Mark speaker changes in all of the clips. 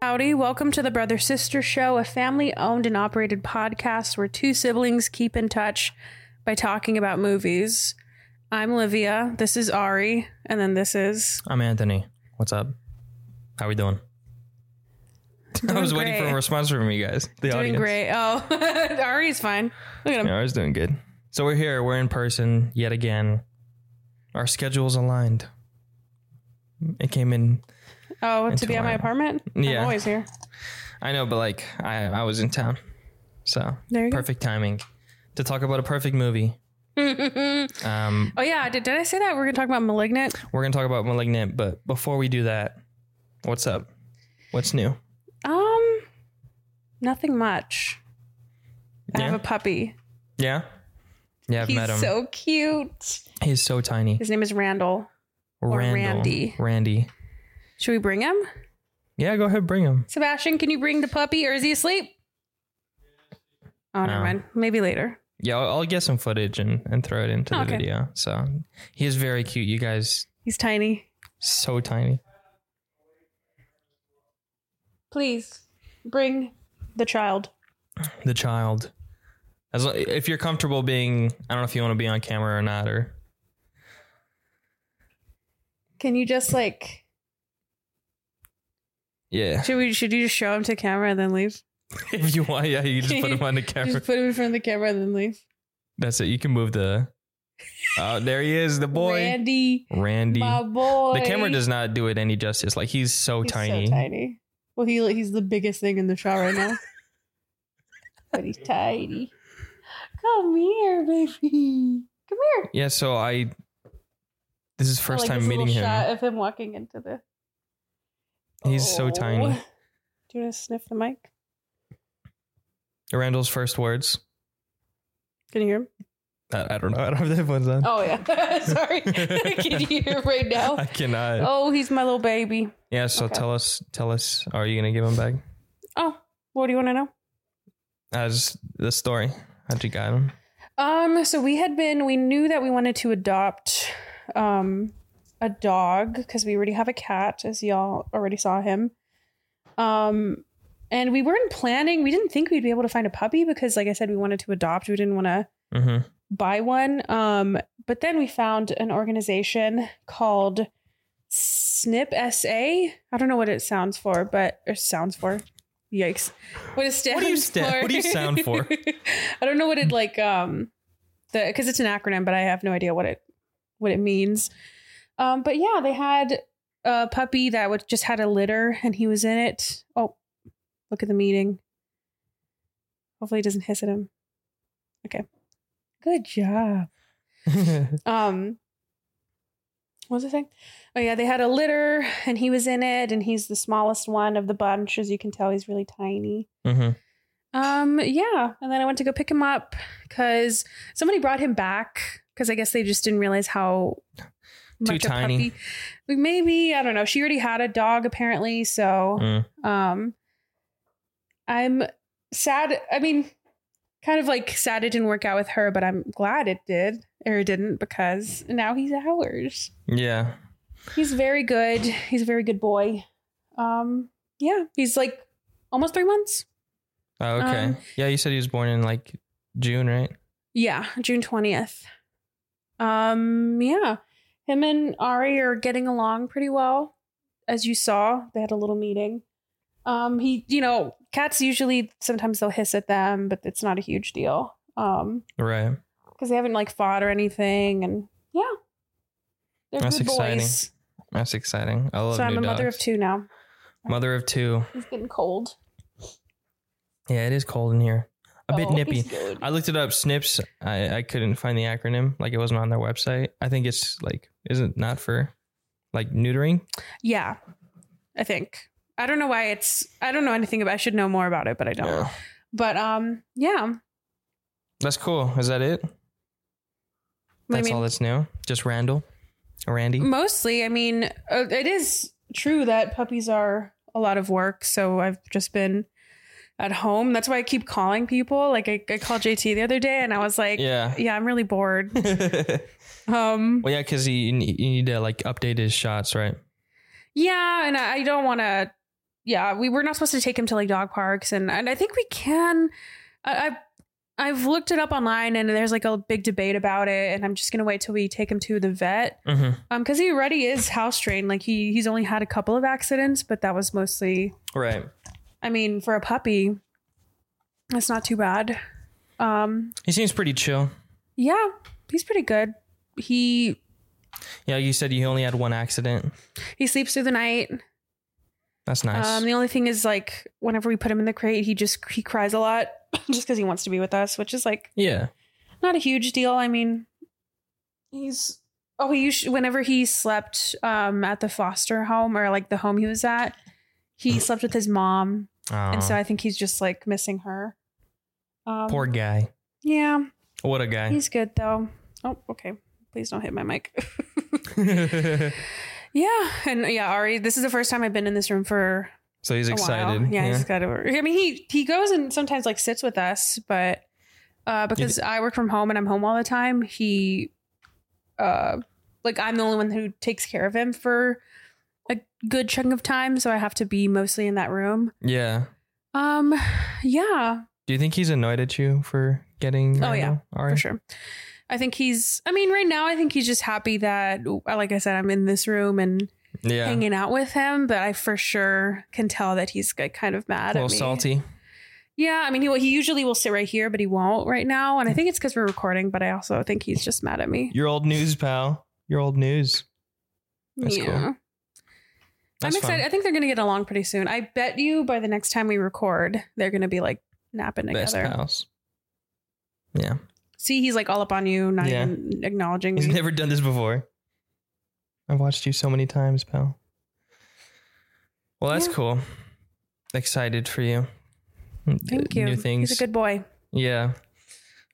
Speaker 1: Howdy. Welcome to the Brother Sister Show, a family owned and operated podcast where two siblings keep in touch by talking about movies. I'm Livia. This is Ari. And then this is.
Speaker 2: I'm Anthony. What's up? How we doing? I was waiting for
Speaker 1: great.
Speaker 2: a response from you guys. The
Speaker 1: Doing
Speaker 2: audience.
Speaker 1: great. Oh, Ari's fine. Look at him.
Speaker 2: Yeah, I was doing good. So we're here. We're in person yet again. Our schedules aligned. It came in.
Speaker 1: Oh, to be at my
Speaker 2: Interline.
Speaker 1: apartment?
Speaker 2: Yeah.
Speaker 1: I'm always here.
Speaker 2: I know, but like I, I was in town, so
Speaker 1: There you go.
Speaker 2: perfect timing to talk about a perfect movie. um,
Speaker 1: Oh, yeah. Did, did I say that? We're going to talk about Malignant.
Speaker 2: we're gonna talk about *Malignant*, but before we do that, what's up? What's new?
Speaker 1: Um, nothing much. I have
Speaker 2: Yeah?
Speaker 1: a puppy.
Speaker 2: Yeah, yeah. I've
Speaker 1: He's
Speaker 2: met him.
Speaker 1: so cute.
Speaker 2: He's so tiny.
Speaker 1: His name is Randall.
Speaker 2: Randall.
Speaker 1: Randy.
Speaker 2: Randy.
Speaker 1: Should we bring him?
Speaker 2: Yeah, go ahead, bring him.
Speaker 1: Sebastian, can you bring the puppy or is he asleep? Oh, never
Speaker 2: No.
Speaker 1: mind. Maybe later.
Speaker 2: Yeah, I'll, I'll get some footage and, and throw it into the
Speaker 1: Okay.
Speaker 2: video. So he is very cute. You guys,
Speaker 1: He's tiny.
Speaker 2: so tiny.
Speaker 1: Please bring the child.
Speaker 2: The child. As lo- if you're comfortable being, I don't know if you want to be on camera or not, or
Speaker 1: Can you just like
Speaker 2: yeah,
Speaker 1: should we should you just show him to camera and then leave?
Speaker 2: if you want, yeah, you just put him on the camera.
Speaker 1: Just put him in front of the camera and then leave.
Speaker 2: That's it. You can move the. Oh, there he is, the boy,
Speaker 1: Randy,
Speaker 2: Randy.
Speaker 1: my boy.
Speaker 2: The camera does not do it any justice. Like he's so
Speaker 1: he's
Speaker 2: tiny.
Speaker 1: So tiny. Well, he he's the biggest thing in the shot right now. but he's tiny. Come here, baby. Come here.
Speaker 2: Yeah. So I. This is
Speaker 1: I
Speaker 2: first
Speaker 1: like
Speaker 2: time
Speaker 1: this
Speaker 2: meeting
Speaker 1: little
Speaker 2: him.
Speaker 1: Shot of him walking into the. Oh.
Speaker 2: He's so tiny.
Speaker 1: Do you want to sniff the mic?
Speaker 2: Randall's first words.
Speaker 1: Can you hear him?
Speaker 2: I, I don't know. I don't have the headphones on.
Speaker 1: Oh yeah, sorry. Can you hear him right
Speaker 2: I
Speaker 1: now?
Speaker 2: cannot.
Speaker 1: Oh, he's my little baby.
Speaker 2: Yeah, so
Speaker 1: Okay.
Speaker 2: tell us, tell us, are you gonna give him back?
Speaker 1: Oh, what do you want to know?
Speaker 2: As the story, how'd you guide him?
Speaker 1: Um, so we had been, we knew that we wanted to adopt, um, a dog because we already have a cat, as y'all already saw him. Um, and we weren't planning. We didn't think we'd be able to find a puppy because, like I said, we wanted to adopt. We didn't want to
Speaker 2: Mm-hmm.
Speaker 1: buy one. Um, but then we found an organization called SNP SA. I don't know what it sounds for, but or sounds for. Yikes! What it stands
Speaker 2: What do you sta-
Speaker 1: for?
Speaker 2: what do you sound for?
Speaker 1: I don't know what it like. Um, the because it's an acronym, but I have no idea what it what it means. Um, but yeah, they had a puppy that would just had a litter, and he was in it. Oh, look at the meeting. Hopefully, he doesn't hiss at him. Okay, good job.
Speaker 2: Mm-hmm,
Speaker 1: Um, what was I saying? Oh yeah, they had a litter, and he was in it, and he's the smallest one of the bunch. As you can tell, he's really tiny.
Speaker 2: mm-hmm.
Speaker 1: Um, yeah, and then I went to go pick him up because somebody brought him back because I guess they just didn't realize how
Speaker 2: Too
Speaker 1: much
Speaker 2: tiny.
Speaker 1: a puppy. Like, Maybe I don't know. She already had a dog apparently, so
Speaker 2: Mm.
Speaker 1: um, I'm sad. I mean, kind of like sad it didn't work out with her, but I'm glad it did or it didn't because now he's ours.
Speaker 2: Yeah,
Speaker 1: He's very good. He's a very good boy. Um, yeah, he's like almost three months.
Speaker 2: oh, okay.
Speaker 1: Um,
Speaker 2: yeah, you said he was born in like June, right?
Speaker 1: Yeah, June twentieth. Um, yeah, him and Ari are getting along pretty well. As you saw, they had a little meeting. Um, he, you know, cats usually sometimes they'll hiss at them, but it's not a huge deal. Um,
Speaker 2: Right.
Speaker 1: because they haven't like fought or anything, and yeah, they're
Speaker 2: That's
Speaker 1: good
Speaker 2: exciting.
Speaker 1: boys.
Speaker 2: That's exciting. I love.
Speaker 1: So I'm
Speaker 2: new
Speaker 1: a mother
Speaker 2: dogs.
Speaker 1: of two now.
Speaker 2: Mother of two.
Speaker 1: It's getting cold.
Speaker 2: Yeah, it is cold in here. A bit
Speaker 1: Oh,
Speaker 2: nippy.
Speaker 1: he's good.
Speaker 2: I looked it up. SNPs. I, I couldn't find the acronym. Like it wasn't on their website. I think it's like isn't not for like neutering.
Speaker 1: Yeah, I think. I don't know why it's. I don't know anything about. I should know more about it, but I don't. But um, yeah. What
Speaker 2: That's cool. Is that it?
Speaker 1: do you
Speaker 2: That's
Speaker 1: mean?
Speaker 2: all that's new. Just Randall, Randy.
Speaker 1: Mostly, I mean, uh, it is true that puppies are a lot of work. So I've just been at home. That's why I keep calling people. Like I, I called JT the other day, and I was like,
Speaker 2: Yeah.
Speaker 1: yeah, I'm really bored."
Speaker 2: well,
Speaker 1: Um,
Speaker 2: yeah, because you, you need to like update his shots, right?
Speaker 1: yeah, and I, I don't want to. yeah, we were not supposed to take him to like dog parks, and and I think we can. I, I I've looked it up online, and there's like a big debate about it, and I'm just gonna wait till we take him to the vet,
Speaker 2: Mm-hmm.
Speaker 1: um, because he already is house trained. Like he he's only had a couple of accidents, but that was mostly.
Speaker 2: Right.
Speaker 1: I mean, for a puppy, that's not too bad. Um,
Speaker 2: He seems pretty chill.
Speaker 1: yeah, he's pretty good. He
Speaker 2: Yeah, you said you only had one accident.
Speaker 1: he sleeps through the night.
Speaker 2: That's nice.
Speaker 1: Um, the only thing is like whenever we put him in the crate, he just he cries a lot just because he wants to be with us, which is like
Speaker 2: yeah.
Speaker 1: not a huge deal. I mean, he's oh he usually whenever he slept um at the foster home or like the home he was at, he slept with his mom,
Speaker 2: Aw,
Speaker 1: and so I think he's just like missing her. Um,
Speaker 2: Uh-huh. poor guy.
Speaker 1: yeah,
Speaker 2: What a guy.
Speaker 1: he's good though. Oh, okay. Please don't hit my mic. yeah, and yeah, Ari, this is the first time I've been in this room for
Speaker 2: so he's
Speaker 1: a while.
Speaker 2: excited.
Speaker 1: Yeah, he's got over. I mean, he he goes and sometimes like sits with us, but uh, because I work from home and I'm home all the time, he uh, like I'm the only one who takes care of him for a good chunk of time, so I have to be mostly in that room.
Speaker 2: Yeah.
Speaker 1: Um, yeah,
Speaker 2: Do you think he's annoyed at you for getting?
Speaker 1: Oh, yeah,
Speaker 2: All
Speaker 1: for
Speaker 2: right.
Speaker 1: sure. I think he's. I mean, right now, I think he's just happy that, like I said, I'm in this room and
Speaker 2: Yeah.
Speaker 1: hanging out with him. But I for sure can tell that he's like, kind of
Speaker 2: a
Speaker 1: mad
Speaker 2: little
Speaker 1: at me.
Speaker 2: salty.
Speaker 1: Yeah, I mean, he he usually will sit right here, but he won't right now, and I think it's because we're recording. But I also think he's just mad at me.
Speaker 2: Your old news, pal. Your old news. That's
Speaker 1: yeah,
Speaker 2: cool. That's
Speaker 1: I'm excited. I
Speaker 2: fun.
Speaker 1: think they're gonna get along pretty soon. I bet you by the next time we record, they're gonna be like napping
Speaker 2: Best
Speaker 1: together.
Speaker 2: pals. Yeah.
Speaker 1: See, he's like all up on you, not
Speaker 2: Yeah.
Speaker 1: even acknowledging
Speaker 2: He's
Speaker 1: me.
Speaker 2: never done this before. I've watched you so many times, pal. Well, that's
Speaker 1: Yeah.
Speaker 2: cool. Excited for you.
Speaker 1: Thank you.
Speaker 2: New things.
Speaker 1: He's a good boy.
Speaker 2: yeah.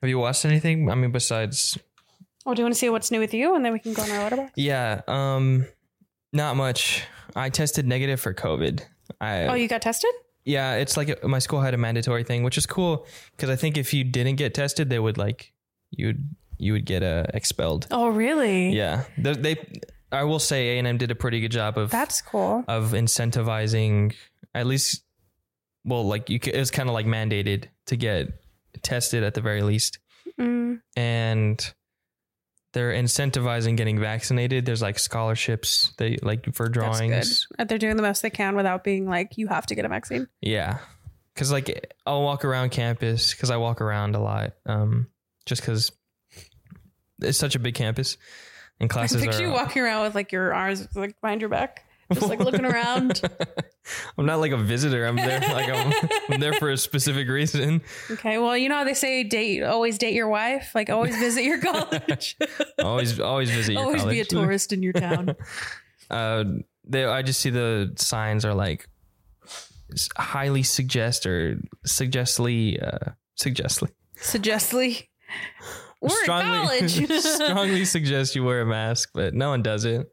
Speaker 2: Have you watched anything? I mean, besides
Speaker 1: Oh, do you want to see what's new with you, and then we can go on our letterbox?
Speaker 2: Yeah, um not much. I tested negative for COVID. I
Speaker 1: Oh, you got tested?
Speaker 2: yeah, it's like my school had a mandatory thing, which is cool cuz I think if you didn't get tested, they would like you'd you would get uh, expelled.
Speaker 1: Oh, really?
Speaker 2: Yeah. They, they I will say A&M did a pretty good job of
Speaker 1: That's cool.
Speaker 2: of incentivizing at least well, like you c- it was kind of like mandated to get tested at the very least
Speaker 1: Mm.
Speaker 2: and they're incentivizing getting vaccinated. There's like scholarships they like for
Speaker 1: That's
Speaker 2: drawings.
Speaker 1: good. That They're doing the most they can without being like, you have to get a vaccine.
Speaker 2: Yeah. Cause like I'll walk around campus because I walk around a lot. Um, just because it's such a big campus and
Speaker 1: I
Speaker 2: classes
Speaker 1: picture
Speaker 2: are.
Speaker 1: you walking around with like your arms like behind your back, just like looking around.
Speaker 2: I'm not like a visitor. I'm there like I'm, I'm there for a specific reason.
Speaker 1: Okay, well, you know how they say date always date your wife, like always visit your college,
Speaker 2: Always always visit. Your
Speaker 1: always be a
Speaker 2: college.
Speaker 1: tourist in your town.
Speaker 2: uh, they, I just see the signs are like s- highly suggest or suggestly, uh, suggestly,
Speaker 1: Suggestly, we're in college.
Speaker 2: strongly suggest you wear a mask, but no one does it.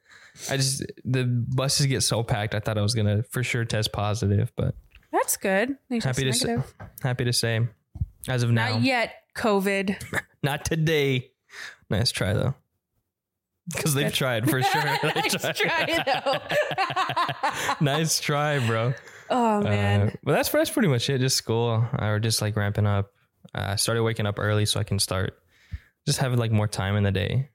Speaker 2: I just the buses get so packed. I thought I was gonna for sure test positive, but
Speaker 1: That's good. At least
Speaker 2: happy to
Speaker 1: it's
Speaker 2: say,
Speaker 1: negative.
Speaker 2: happy to say, as of now,
Speaker 1: Not yet, COVID.
Speaker 2: not today. Nice try though, because they've tried for sure. They
Speaker 1: nice
Speaker 2: tried.
Speaker 1: try though.
Speaker 2: nice try, bro.
Speaker 1: oh man,
Speaker 2: Uh, well, that's that's pretty much it. Just school or just like ramping up. Uh, I started waking up early so I can start just having like more time in the day.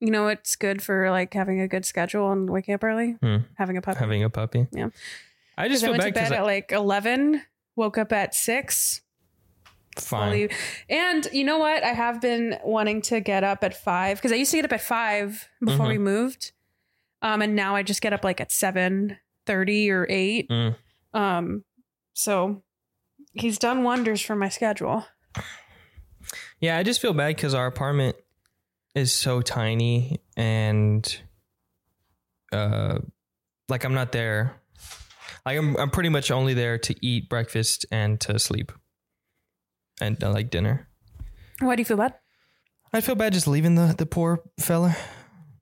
Speaker 1: you know what's good for like having a good schedule and waking up early?
Speaker 2: Hmm.
Speaker 1: Having a puppy.
Speaker 2: Having a puppy.
Speaker 1: Yeah.
Speaker 2: I
Speaker 1: Because
Speaker 2: just
Speaker 1: I
Speaker 2: feel
Speaker 1: went
Speaker 2: bad
Speaker 1: to
Speaker 2: because
Speaker 1: bed at like eleven, woke up at six.
Speaker 2: fine.
Speaker 1: Believe- And you know what? I have been wanting to get up at five because I used to get up at five before
Speaker 2: Mm-hmm.
Speaker 1: we moved, um, and now I just get up like at seven thirty or eight.
Speaker 2: Mm.
Speaker 1: Um, so he's done wonders for my schedule.
Speaker 2: Yeah, I just feel bad because our apartment is so tiny and uh, like I'm not there. Like I'm I'm pretty much only there to eat breakfast and to sleep, and uh, like dinner.
Speaker 1: Why do you feel bad?
Speaker 2: I feel bad just leaving the, the poor fella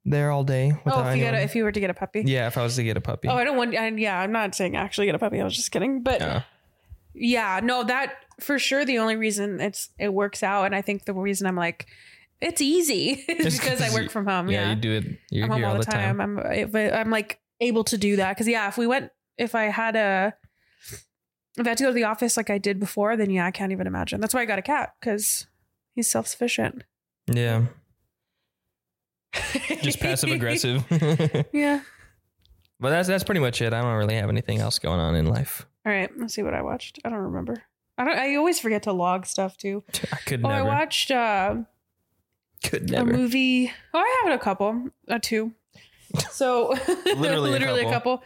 Speaker 2: there all day. Without
Speaker 1: oh, if you got
Speaker 2: anyone.
Speaker 1: a, if you were to get a puppy.
Speaker 2: yeah, if I was to get a puppy.
Speaker 1: Oh, I don't want. I, yeah, I'm not saying actually get a puppy. I was just kidding. But
Speaker 2: Yeah.
Speaker 1: yeah, no, that for sure. The only reason it's it works out, and I think the reason I'm like it's easy is
Speaker 2: Just
Speaker 1: because I
Speaker 2: 'cause
Speaker 1: work
Speaker 2: you-
Speaker 1: from home.
Speaker 2: yeah,
Speaker 1: Yeah,
Speaker 2: you do it. You're
Speaker 1: I'm home
Speaker 2: here
Speaker 1: all the time. I'm I- but I'm like able to do that because yeah, if we went if I had a if I had to go to the office like I did before, then yeah, I can't even imagine. That's why I got a cat because he's self sufficient.
Speaker 2: Yeah. Just passive aggressive. but
Speaker 1: Yeah.
Speaker 2: that's that's pretty much it. I don't really have anything else going on in life.
Speaker 1: All right. Let's see what I watched. I don't remember. I don't. I always forget to log stuff too.
Speaker 2: I could
Speaker 1: Oh, I
Speaker 2: never.
Speaker 1: watched uh,
Speaker 2: could
Speaker 1: a
Speaker 2: never.
Speaker 1: movie. Oh, I have a couple, a two. So
Speaker 2: Literally a
Speaker 1: a couple.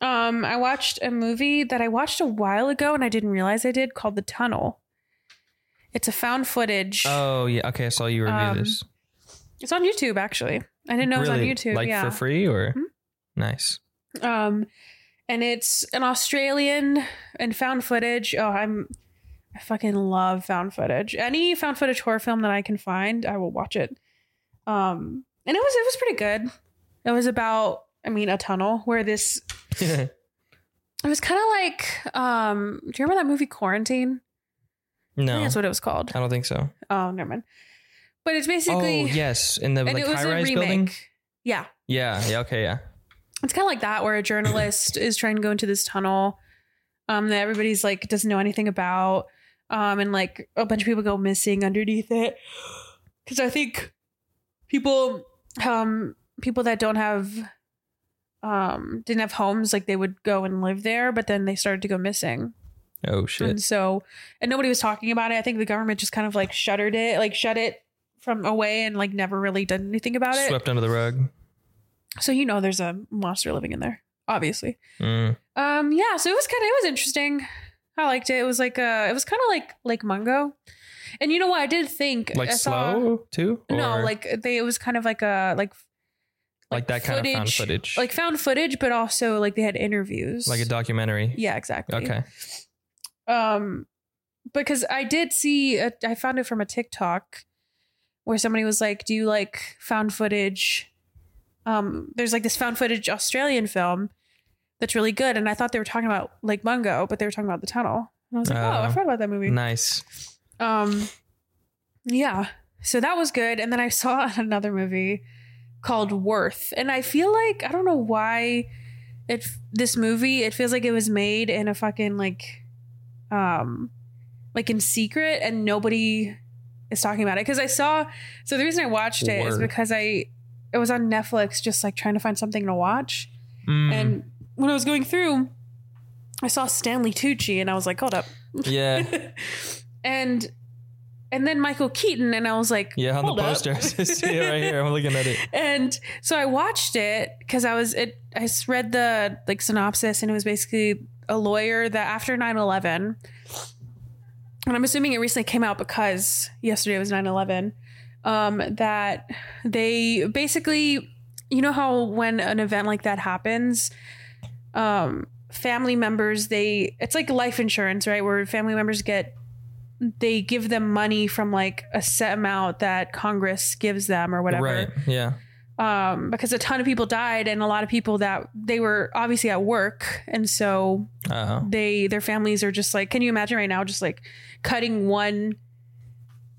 Speaker 1: Um, I watched a movie that I watched a while ago and I didn't realize I did called The Tunnel. It's a found footage.
Speaker 2: Oh yeah. Okay, I saw you review
Speaker 1: Um,
Speaker 2: this.
Speaker 1: It's on YouTube actually. I didn't know
Speaker 2: really,
Speaker 1: it was on YouTube.
Speaker 2: Like
Speaker 1: yeah.
Speaker 2: for free or
Speaker 1: Hmm? um and it's an australian and found footage oh i'm i fucking love found footage any found footage horror film that i can find i will watch it um and it was it was pretty good it was about i mean a tunnel where this
Speaker 2: nice?
Speaker 1: it was kind of like um do you remember that movie quarantine I think
Speaker 2: no,
Speaker 1: that's what it was called
Speaker 2: I don't think so.
Speaker 1: oh never mind but it's
Speaker 2: Oh
Speaker 1: basically
Speaker 2: yes, in the
Speaker 1: and
Speaker 2: like
Speaker 1: it was
Speaker 2: high
Speaker 1: a
Speaker 2: rise
Speaker 1: remake
Speaker 2: building.
Speaker 1: yeah
Speaker 2: Yeah. Yeah. Okay. Yeah.
Speaker 1: it's kind of like that where a journalist is trying to go into this tunnel um that everybody's like doesn't know anything about um and like a bunch of people go missing underneath it because i think people um people that don't have um didn't have homes like they would go and live there but then they started to go missing
Speaker 2: Oh shit.
Speaker 1: and so and nobody was talking about it i think the government just kind of like shuttered it like shut it from away and like never really did anything about it
Speaker 2: Swept under the rug.
Speaker 1: so you know there's a monster living in there obviously
Speaker 2: Mm.
Speaker 1: um yeah, so it was kind of it was interesting. I liked it. It was like uh it was kind of like like Mungo. And you know what? I did think
Speaker 2: Like
Speaker 1: I saw-
Speaker 2: slow too.
Speaker 1: No,
Speaker 2: Or
Speaker 1: like uh, they it was kind of like a like
Speaker 2: like that kind of found footage.
Speaker 1: Like found footage, but also like they had interviews.
Speaker 2: like a documentary.
Speaker 1: Yeah, exactly.
Speaker 2: Okay.
Speaker 1: Um because I did see a, I found it from a TikTok where somebody was like, "Do you like found footage?" Um there's like this found footage Australian film that's really good and I thought they were talking about Lake Mungo, but they were talking about the tunnel. And I was like, "Oh,
Speaker 2: Oh.
Speaker 1: I've heard about that movie."
Speaker 2: Nice.
Speaker 1: Um yeah. So that was good and then I saw another movie called Worth and I feel like I don't know why it this movie it feels like it was made in a fucking like um like in secret and nobody is talking about it cuz I saw so the reason I watched it is
Speaker 2: Word.
Speaker 1: because I it was on Netflix just like trying to find something to watch
Speaker 2: Mm.
Speaker 1: and when I was going through I saw Stanley Tucci and I was like hold up
Speaker 2: yeah.
Speaker 1: and and then Michael Keaton, and I was like,
Speaker 2: Yeah, on
Speaker 1: "Hold
Speaker 2: the
Speaker 1: up."
Speaker 2: poster. I see it right here. I'm looking at it.
Speaker 1: And so I watched it because I was it. I s- read the like synopsis, and it was basically a lawyer that after 9-11, and I'm assuming it recently came out because yesterday was 9-11, um, that they basically, you know how when an event like that happens, um, family members they it's like life insurance, right? Where family members get they give them money from like a set amount that Congress gives them or whatever
Speaker 2: Right. Yeah.
Speaker 1: um, because a ton of people died and a lot of people that they were obviously at work and so
Speaker 2: Oh.
Speaker 1: they their families are just like can you imagine right now just like cutting one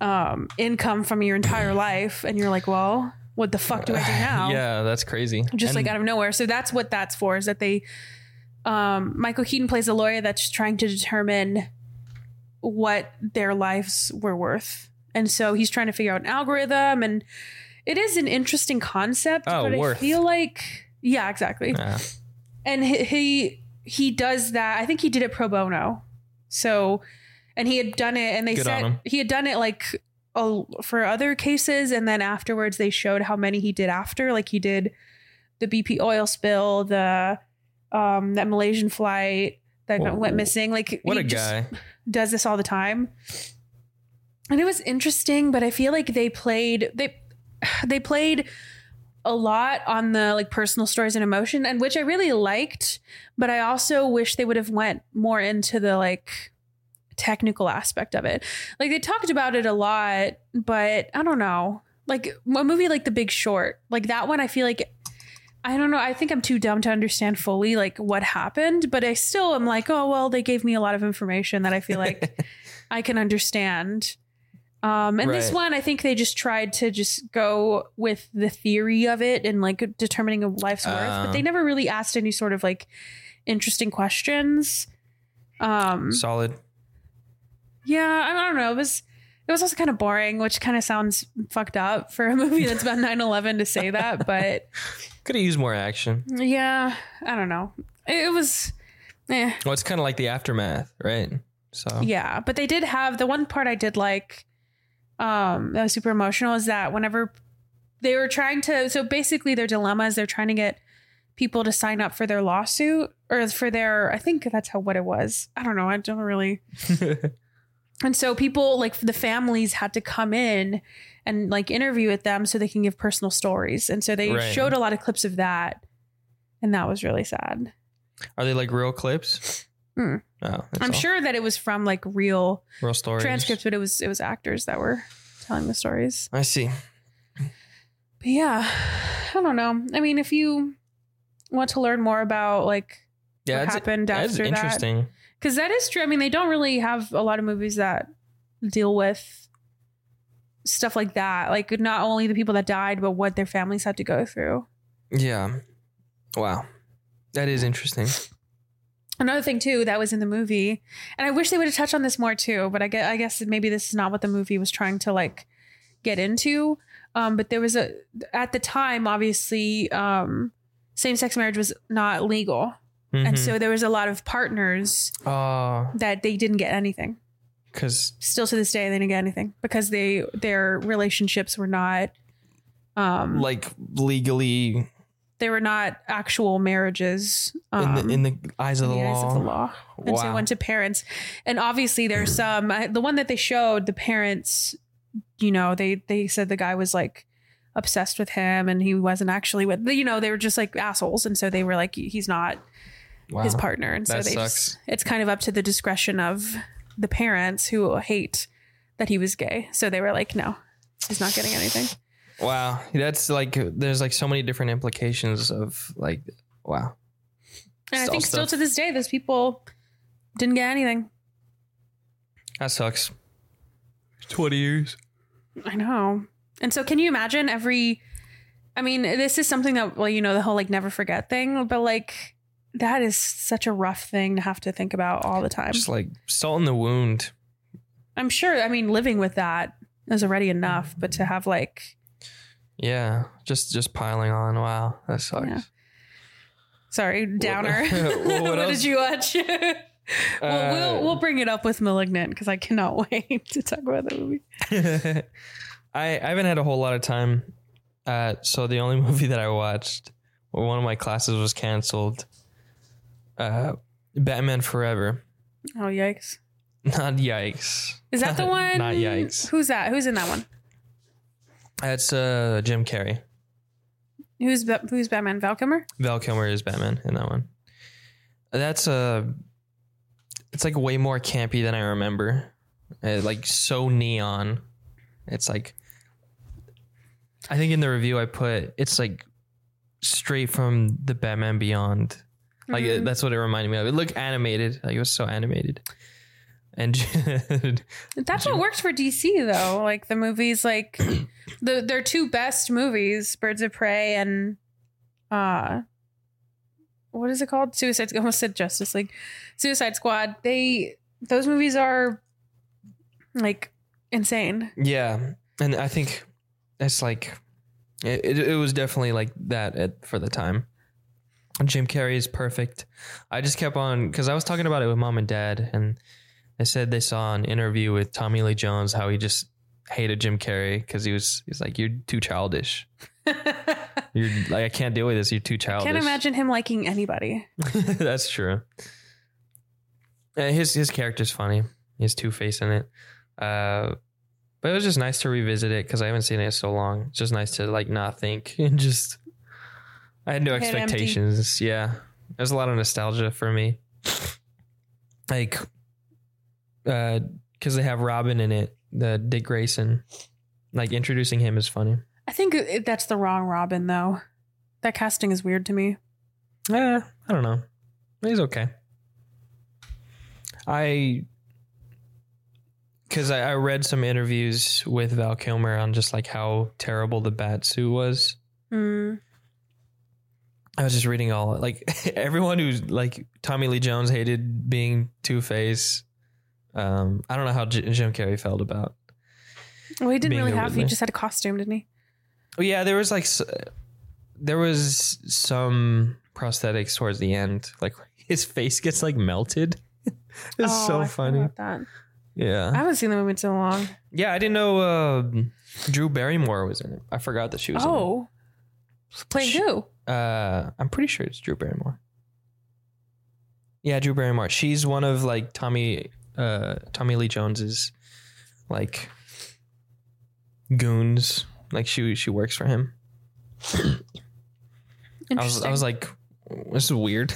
Speaker 1: um, income from your entire life and you're like well what the fuck do I do now
Speaker 2: Yeah, that's crazy.
Speaker 1: just
Speaker 2: And-
Speaker 1: like out of nowhere so that's what that's for is that they um, Michael Keaton plays a lawyer that's trying to determine what their lives were worth and so he's trying to figure out an algorithm and it is an interesting concept
Speaker 2: Oh,
Speaker 1: but
Speaker 2: worth.
Speaker 1: I feel like yeah exactly
Speaker 2: Ah,
Speaker 1: and he, he he does that I think he did it pro bono so and he had done it and they
Speaker 2: Good
Speaker 1: said
Speaker 2: on him.
Speaker 1: he had done it like oh, for other cases and then afterwards they showed how many he did after like he did the BP oil spill the um that Malaysian flight that
Speaker 2: Whoa.
Speaker 1: went missing like
Speaker 2: what
Speaker 1: he
Speaker 2: a
Speaker 1: just
Speaker 2: guy.
Speaker 1: does this all the time and it was interesting but I feel like they played they they played a lot on the like personal stories and emotion and which I really liked but I also wish they would have went more into the like technical aspect of it like they talked about it a lot but I don't know like a movie like The Big Short like that one I feel like I don't know I think I'm too dumb to understand fully like what happened but I still am like oh well they gave me a lot of information that I feel like I can understand. Um, and this
Speaker 2: Right.
Speaker 1: one, I think they just tried to just go with the theory of it and like determining a life's worth, but
Speaker 2: Um.
Speaker 1: they never really asked any sort of like interesting questions. Um,
Speaker 2: Solid.
Speaker 1: yeah, I don't know. It was it was also kind of boring, which kind of sounds fucked up for a movie that's about 9/11 to say that, but
Speaker 2: Could have used more action.
Speaker 1: yeah, I don't know. It, it was eh.
Speaker 2: Well, it's kind of like the aftermath, right? So
Speaker 1: Yeah, but they did have the one part I did like um that was super emotional is that whenever they were trying to so basically their dilemma is they're trying to get people to sign up for their lawsuit or for their I think that's how what it was. I don't know. I don't really and so people like the families had to come in and like interview with them so they can give personal stories. And so they
Speaker 2: Right.
Speaker 1: showed a lot of clips of that. And that was really sad.
Speaker 2: are they like real clips?
Speaker 1: Mm.
Speaker 2: No, that's
Speaker 1: I'm
Speaker 2: all.
Speaker 1: sure that it was from like real
Speaker 2: real stories.
Speaker 1: transcripts, but it was it was actors that were telling the stories.
Speaker 2: I see.
Speaker 1: But yeah, I don't know. I mean, if you want to learn more about like
Speaker 2: Yeah,
Speaker 1: what
Speaker 2: that's,
Speaker 1: happened
Speaker 2: that's
Speaker 1: after that,
Speaker 2: interesting.
Speaker 1: because that is true. I mean, they don't really have a lot of movies that deal with stuff like that. Like not only the people that died, but what their families had to go through.
Speaker 2: Yeah. Wow. That is interesting.
Speaker 1: Another thing too that was in the movie, and I wish they would have touched on this more too. But I guess, I guess maybe this is not what the movie was trying to like get into. Um, but there was a at the time, obviously, um, same sex marriage was not legal, and
Speaker 2: Mhm.
Speaker 1: so there was a lot of partners
Speaker 2: Oh,
Speaker 1: that they didn't get anything.
Speaker 2: because
Speaker 1: Still to this day, they didn't get anything because they their relationships were not, um,
Speaker 2: like legally
Speaker 1: they were not actual marriages um,
Speaker 2: in the in the eyes of the,
Speaker 1: in the
Speaker 2: law.
Speaker 1: eyes of the law. and
Speaker 2: Wow.
Speaker 1: so went to parents and obviously there's some I- the one that they showed the parents you know they they said the guy was like obsessed with him and he wasn't actually with you know they were just like assholes and so they were like he's not
Speaker 2: wow.
Speaker 1: his partner and
Speaker 2: That
Speaker 1: so they
Speaker 2: sucks.
Speaker 1: just it's kind of up to the discretion of the parents who hate that he was gay so they were like no he's not getting anything
Speaker 2: Wow. That's like there's like so many different implications of like wow.
Speaker 1: and i
Speaker 2: Still
Speaker 1: think still
Speaker 2: stuff.
Speaker 1: to this day those people didn't get anything
Speaker 2: That sucks. Twenty years.
Speaker 1: I know. And so can you imagine every I mean, this is something that well, you know, the whole like never forget thing, but like that is such a rough thing to have to think about all the time.
Speaker 2: Just like salt in the wound.
Speaker 1: I'm sure I mean living with that is already enough, but to have like
Speaker 2: Yeah. Just just piling on. Wow. That sucks.
Speaker 1: Yeah. sorry, downer.
Speaker 2: Well, what
Speaker 1: what
Speaker 2: else?
Speaker 1: did you watch? well,
Speaker 2: Uh,
Speaker 1: we'll we'll bring it up with Malignant because I cannot wait to talk about that movie.
Speaker 2: I I haven't had a whole lot of time. Uh, so the only movie that I watched, well, one of my classes was canceled. Uh, Batman Forever.
Speaker 1: Oh yikes.
Speaker 2: Not yikes.
Speaker 1: Is that the one?
Speaker 2: Not yikes.
Speaker 1: Who's that? Who's in that one?
Speaker 2: That's uh, Jim Carrey.
Speaker 1: Who's Ba- who's Batman? Val Kilmer?
Speaker 2: Val Kilmer is Batman in that one. That's uh It's like way more campy than I remember. Uh, like so neon. It's like. I think in the review I put it's like straight from the Batman Beyond. Like it-
Speaker 1: Mhm.
Speaker 2: that's what it reminded me of. It looked animated. Like it was so animated. And
Speaker 1: That's what works for DC though. Like the movies, like the their two best movies, Birds of Prey and uh what is it called? Suicide I almost said Justice League. Suicide Squad. They those movies are like insane.
Speaker 2: Yeah, and I think it's like it, it, it was definitely like that at, for the time. Jim Carrey is perfect. I just kept on because I was talking about it with mom and dad, and they said they saw an interview with Tommy Lee Jones how he just hated Jim Carrey because he was he's like you're too childish.
Speaker 1: Can't
Speaker 2: You're like I can't deal with this. You're too childish.
Speaker 1: imagine him liking anybody.
Speaker 2: That's true. Uh, his his character's funny. He has Two Face in it. Uh, but it was just nice to revisit it because I haven't seen it in so long. It's just nice to like not think and just. I had no
Speaker 1: Head empty.
Speaker 2: expectations. Yeah, there's a lot of nostalgia for me. Like, because they have Robin in it, the Dick Grayson. Like introducing him is funny.
Speaker 1: I think it- that's the wrong Robin though. That casting is weird to me.
Speaker 2: Eh, I don't know. He's okay. I, because I, I read some interviews with Val Kilmer on just like how terrible the bat suit was,
Speaker 1: Mm.
Speaker 2: I was just reading all like everyone who's like Tommy Lee Jones hated being Two Face. Um, I don't know how J- Jim Carrey felt about.
Speaker 1: Well, he didn't
Speaker 2: Being
Speaker 1: really
Speaker 2: the
Speaker 1: have. He
Speaker 2: Riddler.
Speaker 1: just had a costume, didn't he?
Speaker 2: Oh yeah, there was like s- there was some prosthetics towards the end. Like his face gets like melted. it's
Speaker 1: Oh,
Speaker 2: so
Speaker 1: I forgot
Speaker 2: funny.
Speaker 1: about that.
Speaker 2: Yeah.
Speaker 1: I haven't seen the movie in so long.
Speaker 2: Yeah, I didn't know uh, Drew Barrymore was in it. I forgot that she was.
Speaker 1: Oh, playing
Speaker 2: She-
Speaker 1: who?
Speaker 2: In it. Uh, I'm pretty sure it's Drew Barrymore. Yeah, Drew Barrymore. She's one of like Tommy uh, Tommy Lee Jones's like goons. Like she she works for him. I was
Speaker 1: Interesting.
Speaker 2: I was like, this is weird.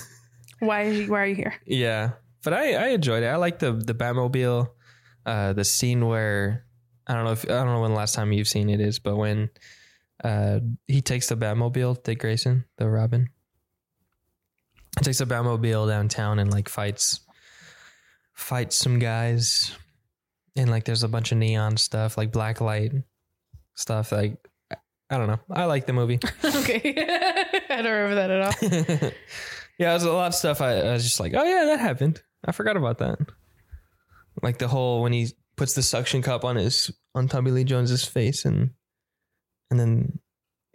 Speaker 1: why? Is he, why are you here?
Speaker 2: Yeah, but I I enjoyed it. I like the the Batmobile, uh, the scene where I don't know if I don't know when the last time you've seen it is, but when uh he takes the Batmobile, Dick Grayson, the Robin, he takes the Batmobile downtown and like fights fights some guys, and like there's a bunch of neon stuff, like black light stuff, like. I- I don't know. I like the movie.
Speaker 1: okay, I don't remember that at all.
Speaker 2: yeah, there's a lot of stuff I, I was just like, oh yeah, that happened. I forgot about that. Like the whole when he puts the suction cup on his on Tommy Lee Jones's face and and then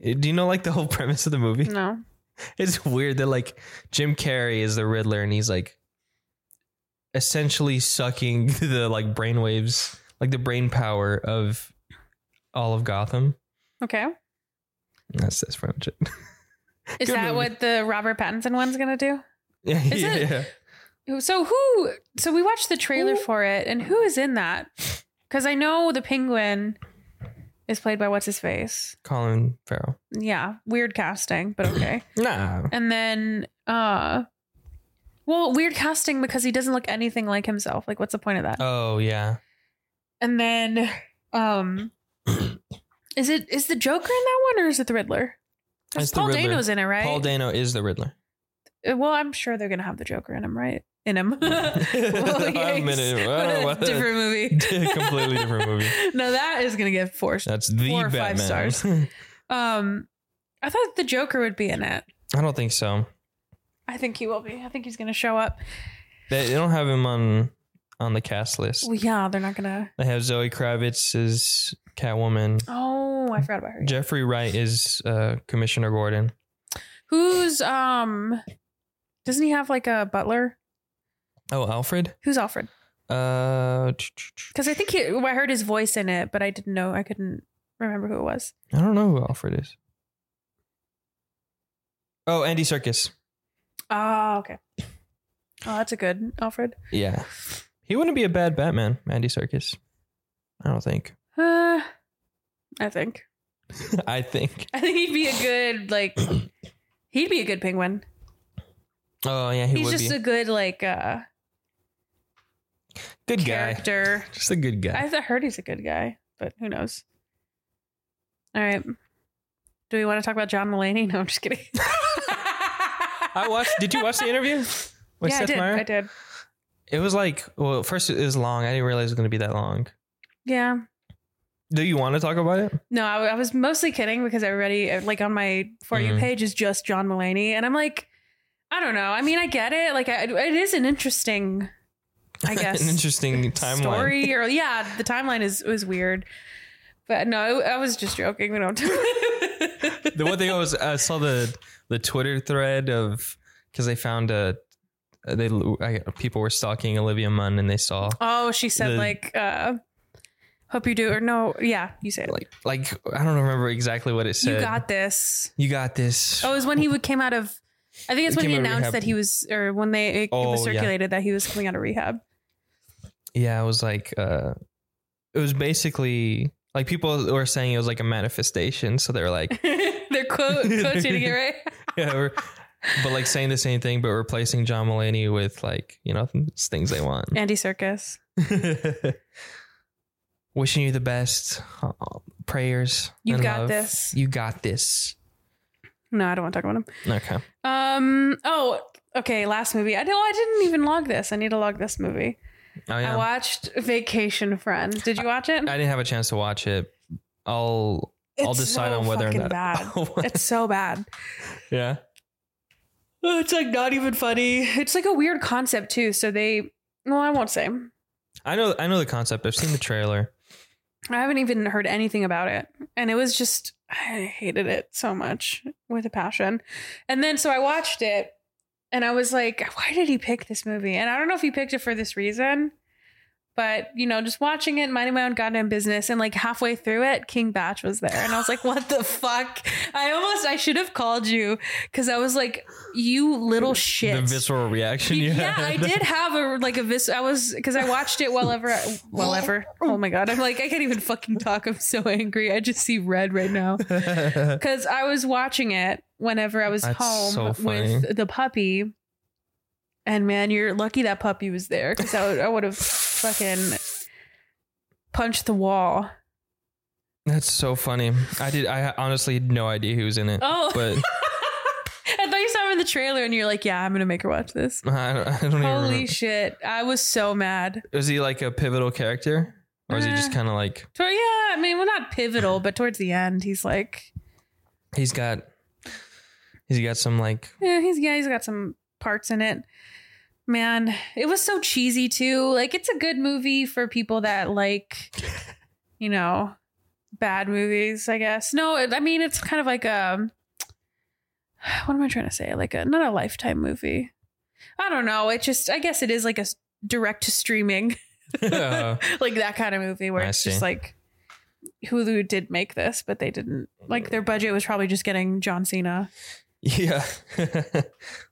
Speaker 2: eh, do you know like the whole premise of the movie?
Speaker 1: No.
Speaker 2: It's weird that like Jim Carrey is the Riddler and he's like essentially sucking the like brainwaves, like the brain power of all of Gotham.
Speaker 1: Okay.
Speaker 2: That's that's pretty much it.
Speaker 1: Is
Speaker 2: Good
Speaker 1: that
Speaker 2: movie.
Speaker 1: what the Robert Pattinson one's gonna do?
Speaker 2: yeah,
Speaker 1: Is it-
Speaker 2: yeah.
Speaker 1: So who? So we watched the trailer for it, and who is in that? Because I know the Penguin is played by what's his face.
Speaker 2: Colin Farrell.
Speaker 1: Yeah, weird casting, but okay.
Speaker 2: Nah,
Speaker 1: and then, uh, well, weird casting because he doesn't look anything like himself. Like, what's the point of that?
Speaker 2: Oh yeah.
Speaker 1: And then, um, is it is the Joker in that one or is it the Riddler? 'Cause
Speaker 2: It's the
Speaker 1: Paul
Speaker 2: Riddler.
Speaker 1: Dano's in it, right?
Speaker 2: Paul Dano is the Riddler.
Speaker 1: Uh, well, I'm sure they're gonna have the Joker in him, right? In him. well,
Speaker 2: I mean,
Speaker 1: yikes.
Speaker 2: it-
Speaker 1: What a
Speaker 2: what a-
Speaker 1: different movie.
Speaker 2: Completely different movie.
Speaker 1: no, that is gonna get forced.
Speaker 2: That's the
Speaker 1: Four or five
Speaker 2: Batman.
Speaker 1: stars. Um, I thought the Joker would be in it.
Speaker 2: I don't think so.
Speaker 1: I think he will be. I think he's gonna show up.
Speaker 2: They, they don't have him on on the cast list.
Speaker 1: Well, yeah, they're not gonna.
Speaker 2: They have Zoe Kravitz as Catwoman.
Speaker 1: Oh, I forgot about her.
Speaker 2: Jeffrey Wright is uh, Commissioner Gordon.
Speaker 1: Who's um? Doesn't he have like a butler?
Speaker 2: Oh, Alfred.
Speaker 1: Who's Alfred?
Speaker 2: Uh,
Speaker 1: Because I think he, well, I heard his voice in it, but I didn't know. I couldn't remember who it was.
Speaker 2: I don't know who Alfred is. Oh, Andy Circus.
Speaker 1: Ah, okay. Oh, that's a good Alfred.
Speaker 2: Yeah, he wouldn't be a bad Batman. Andy Circus. I don't think.
Speaker 1: Uh, I think.
Speaker 2: I think.
Speaker 1: I think he'd be a good like. He'd be a good penguin.
Speaker 2: Oh yeah, he
Speaker 1: He's
Speaker 2: would
Speaker 1: just
Speaker 2: be
Speaker 1: a good like uh
Speaker 2: good guy.
Speaker 1: character.
Speaker 2: Just a good guy.
Speaker 1: I've heard he's a good guy, but who knows? All right. Do we want to talk about John Mulaney? No, I'm just kidding.
Speaker 2: I watched. Did you watch the interview with
Speaker 1: yeah, I
Speaker 2: Seth
Speaker 1: did.
Speaker 2: Meyers?
Speaker 1: I did.
Speaker 2: It was like, well, first it was long. I didn't realize it was going to be that long.
Speaker 1: Yeah.
Speaker 2: Do you want to talk about it?
Speaker 1: No, I, I was mostly kidding because everybody, uh, like on my for you
Speaker 2: Mhm.
Speaker 1: page, is just John Mulaney, and I'm like, I don't know. I mean, I get it. Like, I, it is an interesting, I guess,
Speaker 2: An interesting timeline.
Speaker 1: story. Or yeah, the timeline is was weird. But no, I was just joking. We don't.
Speaker 2: The one thing I was, I saw the the Twitter thread of because they found a they I, people were stalking Olivia Munn and they saw
Speaker 1: Oh, she said
Speaker 2: The-
Speaker 1: like, uh, "Hope you do," or no, yeah, you said like,
Speaker 2: like like I don't remember exactly what it said.
Speaker 1: "You got this."
Speaker 2: You got this.
Speaker 1: Oh, it was when he would came out of. I think it's
Speaker 2: He
Speaker 1: when he
Speaker 2: came out of
Speaker 1: announced
Speaker 2: rehab.
Speaker 1: that he was, or when they it, it was
Speaker 2: Oh, yeah.
Speaker 1: circulated that he was coming out of rehab.
Speaker 2: Yeah, it was like uh it was basically like people were saying it was like a manifestation. So they were like,
Speaker 1: They're quote quoting it right.
Speaker 2: yeah, we're- but like saying the same thing, but replacing John Mulaney with like you know it's things they want.
Speaker 1: Andy Circus.
Speaker 2: Wishing you the best, uh, prayers.
Speaker 1: You
Speaker 2: and
Speaker 1: got
Speaker 2: love.
Speaker 1: this.
Speaker 2: You got this.
Speaker 1: No, I don't want to talk about him.
Speaker 2: Okay.
Speaker 1: Um. Oh, okay. Last movie. I know I didn't even log this. I need to log this movie.
Speaker 2: Oh yeah.
Speaker 1: I
Speaker 2: I,
Speaker 1: watched Vacation Friend. Did you watch it?
Speaker 2: didn't have a chance to watch it. I'll I'll
Speaker 1: It's
Speaker 2: decide
Speaker 1: so
Speaker 2: on whether or
Speaker 1: fucking
Speaker 2: not.
Speaker 1: Bad. it's so bad.
Speaker 2: yeah.
Speaker 1: Oh, It's like not even funny. It's like a weird concept too. So they, well, I won't say.
Speaker 2: I know I know the concept. I've seen the trailer.
Speaker 1: I haven't even heard anything about it. And it was just, I hated it so much with a passion. And then so I watched it and I was like, why did he pick this movie? And I don't know if he picked it for this reason, but you know, just watching it, minding my own goddamn business. And like halfway through it, King Batch was there. And I was like, what the fuck? I almost, I should have called you because I was like, you little shit.
Speaker 2: The visceral reaction you
Speaker 1: Yeah, I
Speaker 2: had.
Speaker 1: did have a like a vis. I was because I watched it well ever. Well ever. Oh my god, I'm like I can't even fucking talk. I'm so angry. I just see red right now
Speaker 2: I
Speaker 1: because I was watching it whenever I was
Speaker 2: That's so
Speaker 1: home
Speaker 2: funny.
Speaker 1: with the puppy. And man, you're lucky that puppy was there because I would, I would have fucking punched the wall.
Speaker 2: That's so funny. I did. I honestly had no idea who was in it.
Speaker 1: Oh,
Speaker 2: But
Speaker 1: I thought you saw him in the trailer, and you're like, yeah, I'm gonna make her watch this.
Speaker 2: I don't, I don't even.
Speaker 1: Holy
Speaker 2: Remember.
Speaker 1: shit! I was so mad.
Speaker 2: Was he like a pivotal character, or is he just
Speaker 1: Uh.
Speaker 2: kind of like
Speaker 1: So yeah, I mean, well, not pivotal, but towards the end, he's like,
Speaker 2: he's got he's got some like
Speaker 1: yeah, "Eh, he's yeah, he's got some parts in it. Man, it was so cheesy too. Like, it's a good movie for people that like, you know, bad movies. I guess. No, it, I mean, it's kind of like a. What am I trying to say? Like a not a lifetime movie. I don't know. It just, I guess, it is like a direct to streaming
Speaker 2: uh,
Speaker 1: like that kind of movie where
Speaker 2: I
Speaker 1: it's
Speaker 2: see.
Speaker 1: just like Hulu did make this, but they didn't. Like their budget was probably just getting John Cena.
Speaker 2: yeah.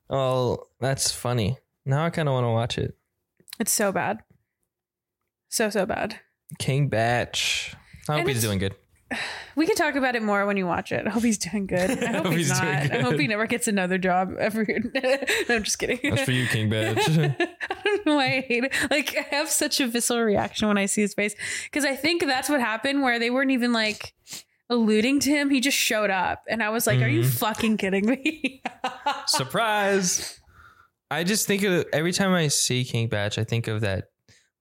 Speaker 2: oh, that's funny. Now I kind of want to watch it.
Speaker 1: It's so bad, so so bad.
Speaker 2: King Batch. I hope
Speaker 1: And
Speaker 2: he's
Speaker 1: it's-
Speaker 2: doing good.
Speaker 1: We can talk about it more when you watch it. I hope he's doing good. I hope he's,
Speaker 2: doing
Speaker 1: not. I hope
Speaker 2: good.
Speaker 1: he never gets another job ever. no, I'm just kidding.
Speaker 2: That's for you, King Batch.
Speaker 1: I don't know why I hate it. Like I have such a visceral reaction when I see his face because I think that's what happened where they weren't even like alluding to him. He just showed up, and I was like, "Are you
Speaker 2: Mhm.
Speaker 1: fucking kidding me?"
Speaker 2: Surprise! I just think of every time I see King Batch, I think of that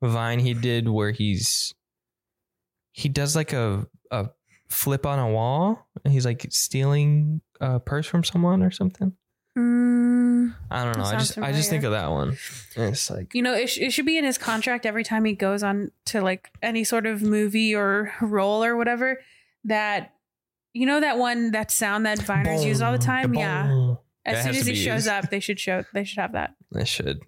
Speaker 2: vine he did where he's he does like a a flip on a wall and he's like stealing a purse from someone or something.
Speaker 1: Mm,
Speaker 2: I don't know.
Speaker 1: That
Speaker 2: I just
Speaker 1: sounds
Speaker 2: I just think of that one. And it's like
Speaker 1: you know, it, sh- it should be in his contract every time he goes on to like any sort of movie or role or whatever that. You know that one that sound that viners use all the
Speaker 2: boom,
Speaker 1: time? Yeah.
Speaker 2: boom. That
Speaker 1: As soon
Speaker 2: has
Speaker 1: as
Speaker 2: to
Speaker 1: he
Speaker 2: be
Speaker 1: shows
Speaker 2: used.
Speaker 1: up, they should show they should have that.
Speaker 2: I should.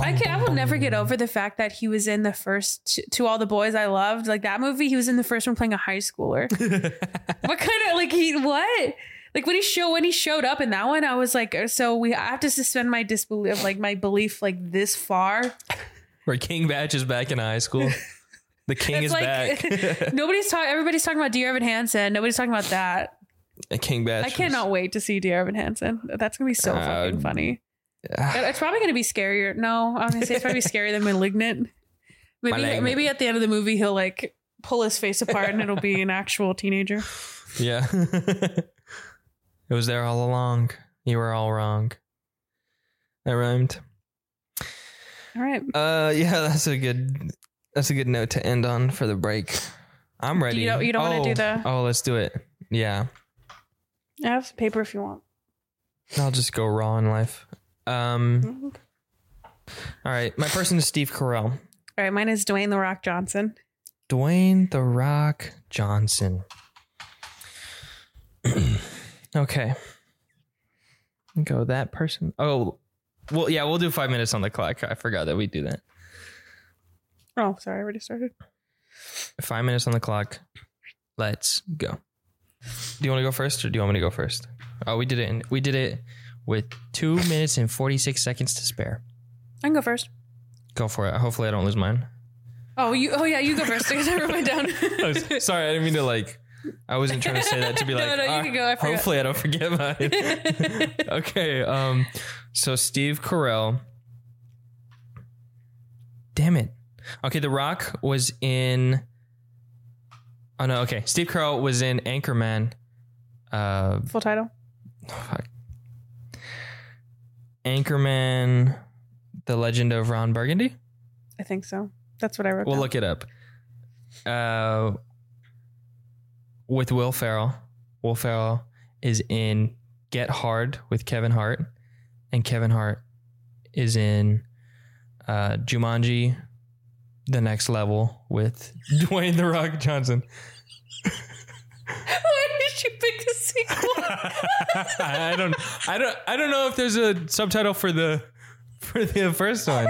Speaker 1: I
Speaker 2: Boom,
Speaker 1: can, I
Speaker 2: boom,
Speaker 1: will never get
Speaker 2: boom.
Speaker 1: over the fact that he was in the first t- to all the boys I loved. Like that movie, he was in the first one playing a high schooler. what kind of like he what? Like when he show when he showed up in that one, I was like, uh, so we I have to suspend my disbelief, like my belief, like this far.
Speaker 2: Where King Batch is back in high school. The king
Speaker 1: It's
Speaker 2: is
Speaker 1: like-
Speaker 2: back.
Speaker 1: Nobody's talking. Everybody's talking about Dear Evan Hansen. Nobody's talking about that.
Speaker 2: king Batch.
Speaker 1: I cannot wait to see Dear Evan Hansen. That's gonna be so
Speaker 2: Uh,
Speaker 1: fucking funny.
Speaker 2: was-
Speaker 1: It- It's probably gonna be scarier. No, I was gonna say it's probably scarier than Malignant. Maybe
Speaker 2: Malignant.
Speaker 1: maybe at the end of the movie he'll like pull his face apart and it'll be an actual teenager.
Speaker 2: Yeah. it was there all along. You were all wrong. That rhymed.
Speaker 1: All right.
Speaker 2: Uh yeah, that's a good that's a good note to end on for the break. I'm ready.
Speaker 1: don't- you don't wanna
Speaker 2: oh,
Speaker 1: do the-
Speaker 2: Oh, let's do it. Yeah.
Speaker 1: I have some paper if you want.
Speaker 2: I'll just go raw in life. Um
Speaker 1: All
Speaker 2: all right. My person is Steve Carell.
Speaker 1: right, mine is Dwayne the Rock Johnson.
Speaker 2: Dwayne the Rock Johnson. okay. Go that person. Oh, well, yeah, we'll do five minutes on the clock. I forgot that we do that.
Speaker 1: Oh, sorry, I already started.
Speaker 2: Five minutes on the clock. Let's go. Do you want to go first, or do you want me to go first? Oh, we did it. In, we did it with two minutes and forty six seconds to spare.
Speaker 1: I can go first.
Speaker 2: Go for it. Hopefully, I don't lose mine.
Speaker 1: Oh, you. Oh, yeah, you go first because I wrote mine down.
Speaker 2: I was- sorry, I didn't mean to like. I wasn't trying to say that to be
Speaker 1: No,
Speaker 2: like.
Speaker 1: no, you
Speaker 2: "Ah,
Speaker 1: can go, I forgot."
Speaker 2: hopefully, I don't forget mine. okay. Um. So Steve Carell. Damn it. Okay, The Rock was in. Oh no. Okay, Steve Carell was in Anchorman. Uh,
Speaker 1: Full title.
Speaker 2: fuck. Anchorman, The Legend of Ron Burgundy.
Speaker 1: I think so. That's what I wrote.
Speaker 2: We'll
Speaker 1: down.
Speaker 2: look it up. Uh, with Will Ferrell. Will Ferrell is in Get Hard with Kevin Hart, and Kevin Hart is in uh, Jumanji, the next level with Dwayne the Rock Johnson.
Speaker 1: Why did you pick the sequel?
Speaker 2: I don't, I don't, I don't know if there's a subtitle for the for the first one.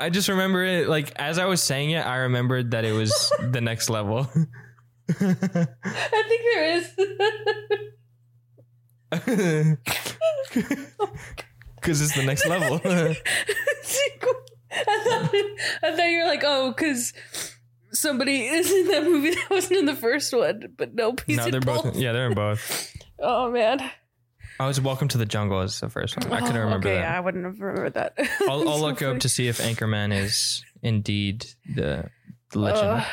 Speaker 2: I just remember it like as I was saying it, I remembered that it was the next level.
Speaker 1: I think there is.
Speaker 2: Because it's the next level.
Speaker 1: sequel. I thought, I thought you were like, oh, because somebody is in that movie that wasn't in the first one, but nope, he's
Speaker 2: no,
Speaker 1: in
Speaker 2: they're both.
Speaker 1: both.
Speaker 2: Yeah, they're in both.
Speaker 1: Oh man,
Speaker 2: I was Welcome to the Jungle is the first one. I couldn't
Speaker 1: Oh,
Speaker 2: remember
Speaker 1: okay,
Speaker 2: that.
Speaker 1: Yeah, I wouldn't have remembered that.
Speaker 2: I'll, I'll
Speaker 1: So
Speaker 2: look
Speaker 1: funny.
Speaker 2: up to see if Anchorman is indeed the, the legend.
Speaker 1: Ugh.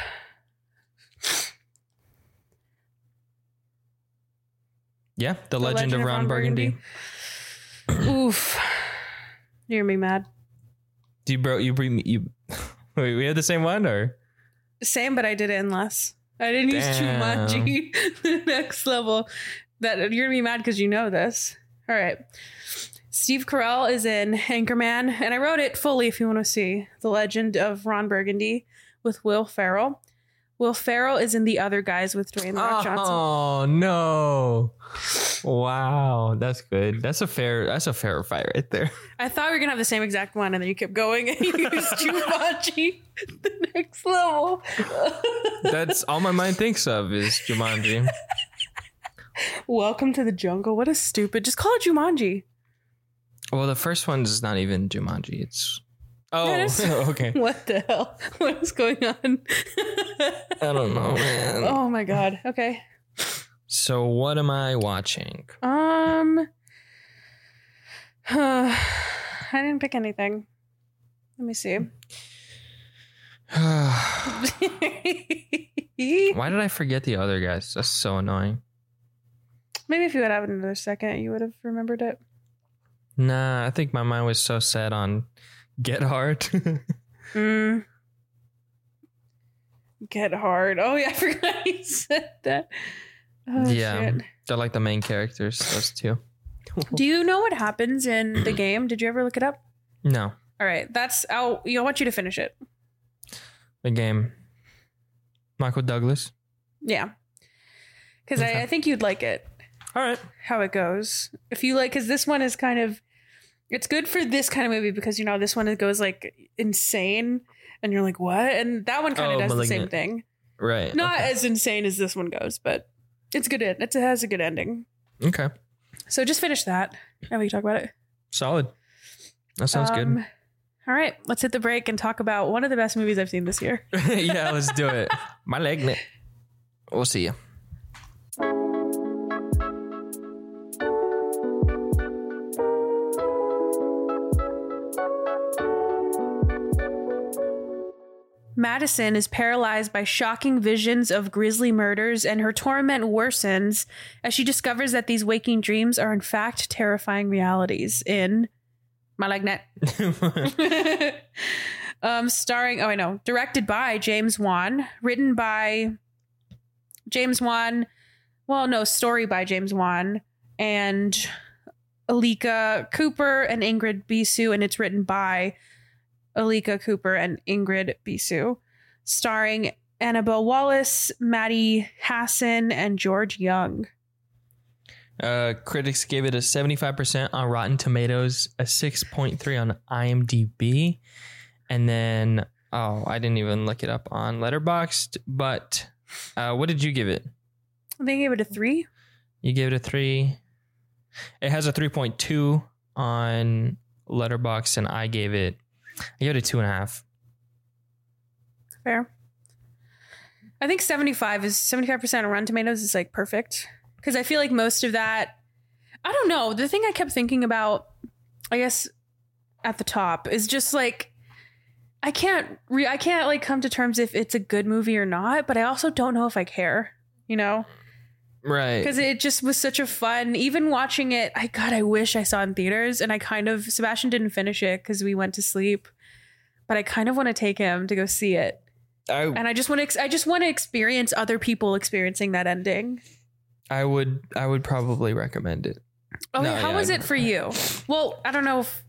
Speaker 2: yeah, the, legend, of Ron, Burgundy.
Speaker 1: Oof, you're me mad.
Speaker 2: Do you bro? You bring you. Wait, we have the same one or?
Speaker 1: Same, but I did it in less. I didn't
Speaker 2: Damn.
Speaker 1: use Jumanji. the next level. That you're gonna be mad because you know this. All right. Steve Carell is in Anchorman, and I wrote it fully if you want to see the legend of Ron Burgundy with Will Ferrell. Will Ferrell is in the other guys with Dwayne The Rock Johnson.
Speaker 2: Oh no! Wow, that's good. That's a fair. That's a fair fight right there.
Speaker 1: I thought we were gonna have the same exact one, and then you kept going and you used Jumanji, the next level.
Speaker 2: That's all my mind thinks of is Jumanji.
Speaker 1: Welcome to the jungle. What a stupid. Just call it Jumanji.
Speaker 2: well, the first one's not even Jumanji. It's oh,
Speaker 1: That is-
Speaker 2: okay.
Speaker 1: What the hell? What is going on?
Speaker 2: I don't know, man.
Speaker 1: oh my god. Okay.
Speaker 2: So what am I watching?
Speaker 1: Um. I didn't pick anything. Let me see.
Speaker 2: Why
Speaker 1: Maybe
Speaker 2: did I forget the other guys? That's so annoying.
Speaker 1: if you would have another second, you would have remembered it.
Speaker 2: Nah, I think my mind was so set on Get Hard.
Speaker 1: Mm. Get hard. Oh yeah, I forgot you said that. Oh,
Speaker 2: Yeah.
Speaker 1: shit.
Speaker 2: They're like the main characters, those two.
Speaker 1: Do you know what happens in the game? Did you ever look it up?
Speaker 2: No,
Speaker 1: All right, that's. I'll. I want you to finish it.
Speaker 2: the game. Michael Douglas.
Speaker 1: Yeah. Because
Speaker 2: Okay.
Speaker 1: I, I think you'd like it,
Speaker 2: All right.
Speaker 1: how it goes. If you like, because this one is kind of, it's good for this kind of movie because, you know, this one it goes like insane and you're like, what? And that one kind of
Speaker 2: Oh,
Speaker 1: does the same
Speaker 2: Malignant.
Speaker 1: thing.
Speaker 2: Right.
Speaker 1: Not
Speaker 2: okay.
Speaker 1: as insane as this one goes, but it's good. It, it has a good ending.
Speaker 2: okay.
Speaker 1: So just finish that and we can talk about it.
Speaker 2: Solid. That sounds
Speaker 1: Um, All right, let's hit the break and talk about one of the best movies I've seen this year.
Speaker 2: good. yeah, let's do it. My leg. knit. We'll see you.
Speaker 1: Madison is paralyzed by shocking visions of grisly murders, and her torment worsens as she discovers that these waking dreams are, in fact, terrifying realities in Malagnet. um, starring, oh, I know, directed by James Wan, written by James Wan, well, no, story by James Wan, and Alika Cooper and Ingrid Bisu, and it's written by Alika Cooper and Ingrid Bisu, starring Annabelle Wallace, Maddie Hassan, and George Young.
Speaker 2: Uh, critics gave it a 75% on Rotten Tomatoes, a 6.3 on IMDb, and then oh, I didn't even look it up on Letterboxd. But uh, what did you give it?
Speaker 1: They gave it a three.
Speaker 2: You gave it a three. It has a 3.2 on Letterboxd, and I gave it I gave it a two and a half.
Speaker 1: Fair. I think 75 is 75% of Rotten Tomatoes is like perfect. Because I feel like most of that, I don't know. The thing I kept thinking about, I guess, at the top is just like, I can't re- I can't like come to terms if it's a good movie or not, but I also don't know if I care, you know?
Speaker 2: Right.
Speaker 1: because it just was such a fun even watching it i god i wish i saw in theaters and i kind of sebastian didn't finish it because we went to sleep but i kind of want to take him to go see it
Speaker 2: I
Speaker 1: and i just want to ex- i just want to experience other people experiencing that ending
Speaker 2: I would I would probably recommend it.
Speaker 1: Oh,
Speaker 2: No,
Speaker 1: yeah, how
Speaker 2: yeah,
Speaker 1: was
Speaker 2: I-
Speaker 1: it for you? Well, I don't know if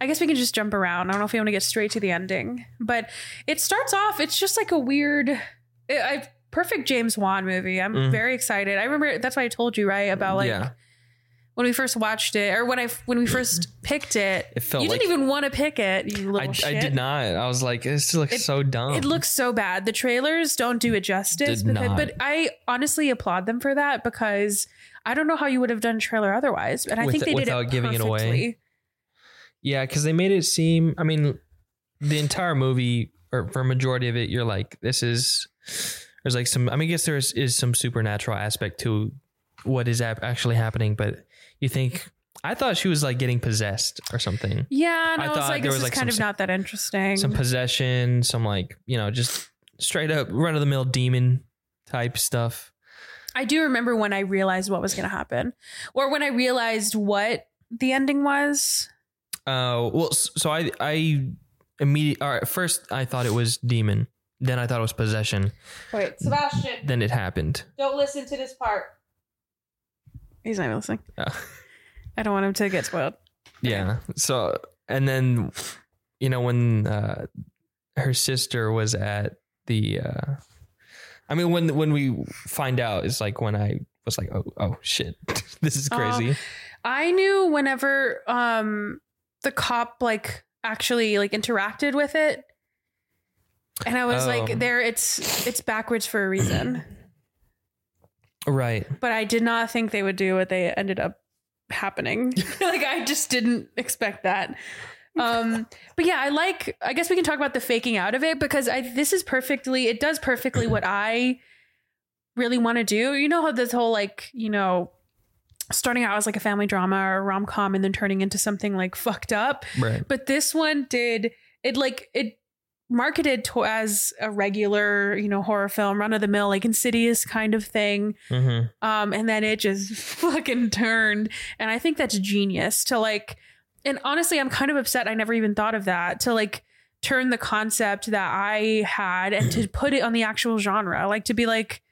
Speaker 1: I guess we can just jump around. I don't know if you want to get straight to the ending, but it starts off. It's just like a weird, I I- perfect James Wan movie. I'm
Speaker 2: Mhm.
Speaker 1: very excited. I remember that's why I told you right about like
Speaker 2: yeah,
Speaker 1: when we first watched it or when I when we first picked it.
Speaker 2: It felt
Speaker 1: you didn't
Speaker 2: like-
Speaker 1: even want to pick it. You
Speaker 2: I,
Speaker 1: little shit.
Speaker 2: I did not. I was like, this looks
Speaker 1: It-
Speaker 2: so dumb.
Speaker 1: It looks so bad. The trailers don't do it justice.
Speaker 2: Oh. Did
Speaker 1: because-
Speaker 2: not.
Speaker 1: But I honestly applaud them for that because I don't know how you would have done a trailer otherwise. And I
Speaker 2: With-
Speaker 1: think they did
Speaker 2: without
Speaker 1: it
Speaker 2: giving it away.
Speaker 1: perfectly.
Speaker 2: Yeah, because they made it seem. I mean, the entire movie, or for a majority of it, you're like, this is. There's like some. I mean, I guess there is, is some supernatural aspect to what is ap- actually happening, but you think. I thought she was like getting possessed or something.
Speaker 1: Yeah, and
Speaker 2: I
Speaker 1: I, was
Speaker 2: thought
Speaker 1: like,
Speaker 2: there
Speaker 1: this is
Speaker 2: was, like,
Speaker 1: kind
Speaker 2: some
Speaker 1: of
Speaker 2: se-
Speaker 1: not that interesting.
Speaker 2: Some possession, some like, you know, just straight up run of the mill demon type stuff.
Speaker 1: I do remember when I realized what was going to happen, or when I realized what the ending was.
Speaker 2: Uh, well, s- so I, I immediately, all right, first I thought it was demon. Then I thought it was possession.
Speaker 1: Wait, Sebastian,
Speaker 2: Then it happened.
Speaker 1: don't listen to this part. He's not even listening.
Speaker 2: Uh,
Speaker 1: I don't want him to get spoiled.
Speaker 2: Yeah. So and then you know when uh her sister was at the uh I mean when when we find out it's like when I was like oh oh shit this is
Speaker 1: Oh.
Speaker 2: crazy.
Speaker 1: I knew whenever um the cop like actually like interacted with it. And I was
Speaker 2: Oh.
Speaker 1: like, there it's it's backwards for a reason.
Speaker 2: right.
Speaker 1: but I did not think they would do what they ended up happening. like I just didn't expect that. Um but yeah, I like I guess we can talk about the faking out of it because I this is perfectly it does perfectly what I really want to do. You know how this whole like, you know, starting out as like a family drama or rom-com and then turning into something like fucked up
Speaker 2: Right.
Speaker 1: but this one did it like it marketed to as a regular you know horror film run of the mill like insidious kind of thing
Speaker 2: Mm-hmm.
Speaker 1: um and then it just fucking turned and i think that's genius to like and honestly i'm kind of upset i never even thought of that to like turn the concept that i had and to put it on the actual genre like to be like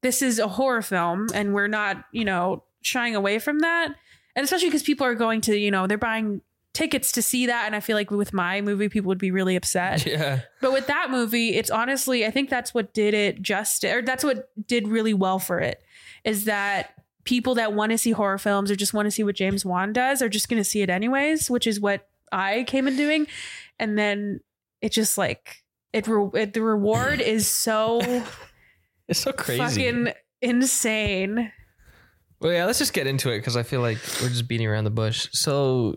Speaker 1: this is a horror film and we're not you know shying away from that and especially because people are going to you know they're buying tickets to see that and i feel like with my movie people would be really upset
Speaker 2: Yeah.
Speaker 1: but with that movie, it's honestly, I think that's what did it justice, or that's what did really well for it, is that people that want to see horror films or just want to see what James Wan does are just going to see it anyways, which is what I came in doing, and then it just like it, re- it the reward is so
Speaker 2: It's so crazy.
Speaker 1: fucking insane.
Speaker 2: Well, yeah, let's just get into it because I feel like we're just beating around the bush. So,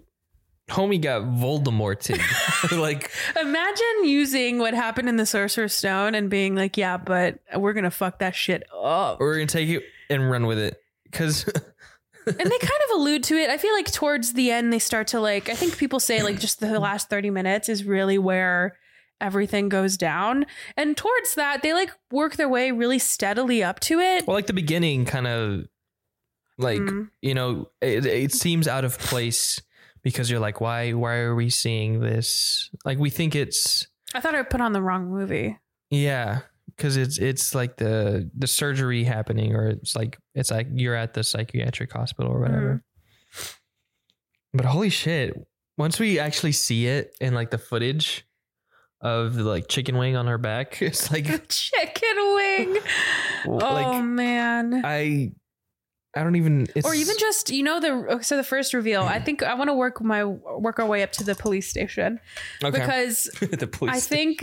Speaker 2: homie got Voldemorted. like,
Speaker 1: Imagine using what happened in the Sorcerer's Stone and being like, yeah, but we're gonna fuck that shit up.
Speaker 2: we're going to take it and run with it. Because,
Speaker 1: and they kind of allude to it. I feel like towards the end they start to like. I think people say like just the last thirty minutes is really where everything goes down, and towards that they like work their way really steadily up to it.
Speaker 2: well, like the beginning kind of like,
Speaker 1: Mm.
Speaker 2: you know, it, it seems out of place because you're like, why, why are we seeing this? Like, we think it's,
Speaker 1: I thought I put on the wrong movie.
Speaker 2: yeah. Cause it's it's like the the surgery happening, or it's like it's like you're at the psychiatric hospital or whatever.
Speaker 1: Mm-hmm.
Speaker 2: But holy shit! Once we actually see it in like the footage of the like chicken wing on her back, it's like
Speaker 1: The chicken wing. Oh
Speaker 2: like
Speaker 1: man.
Speaker 2: I I don't even. It's,
Speaker 1: or even just you know the oh, so the first reveal. I think I want to work my work our way up to the police station because
Speaker 2: the police.
Speaker 1: I think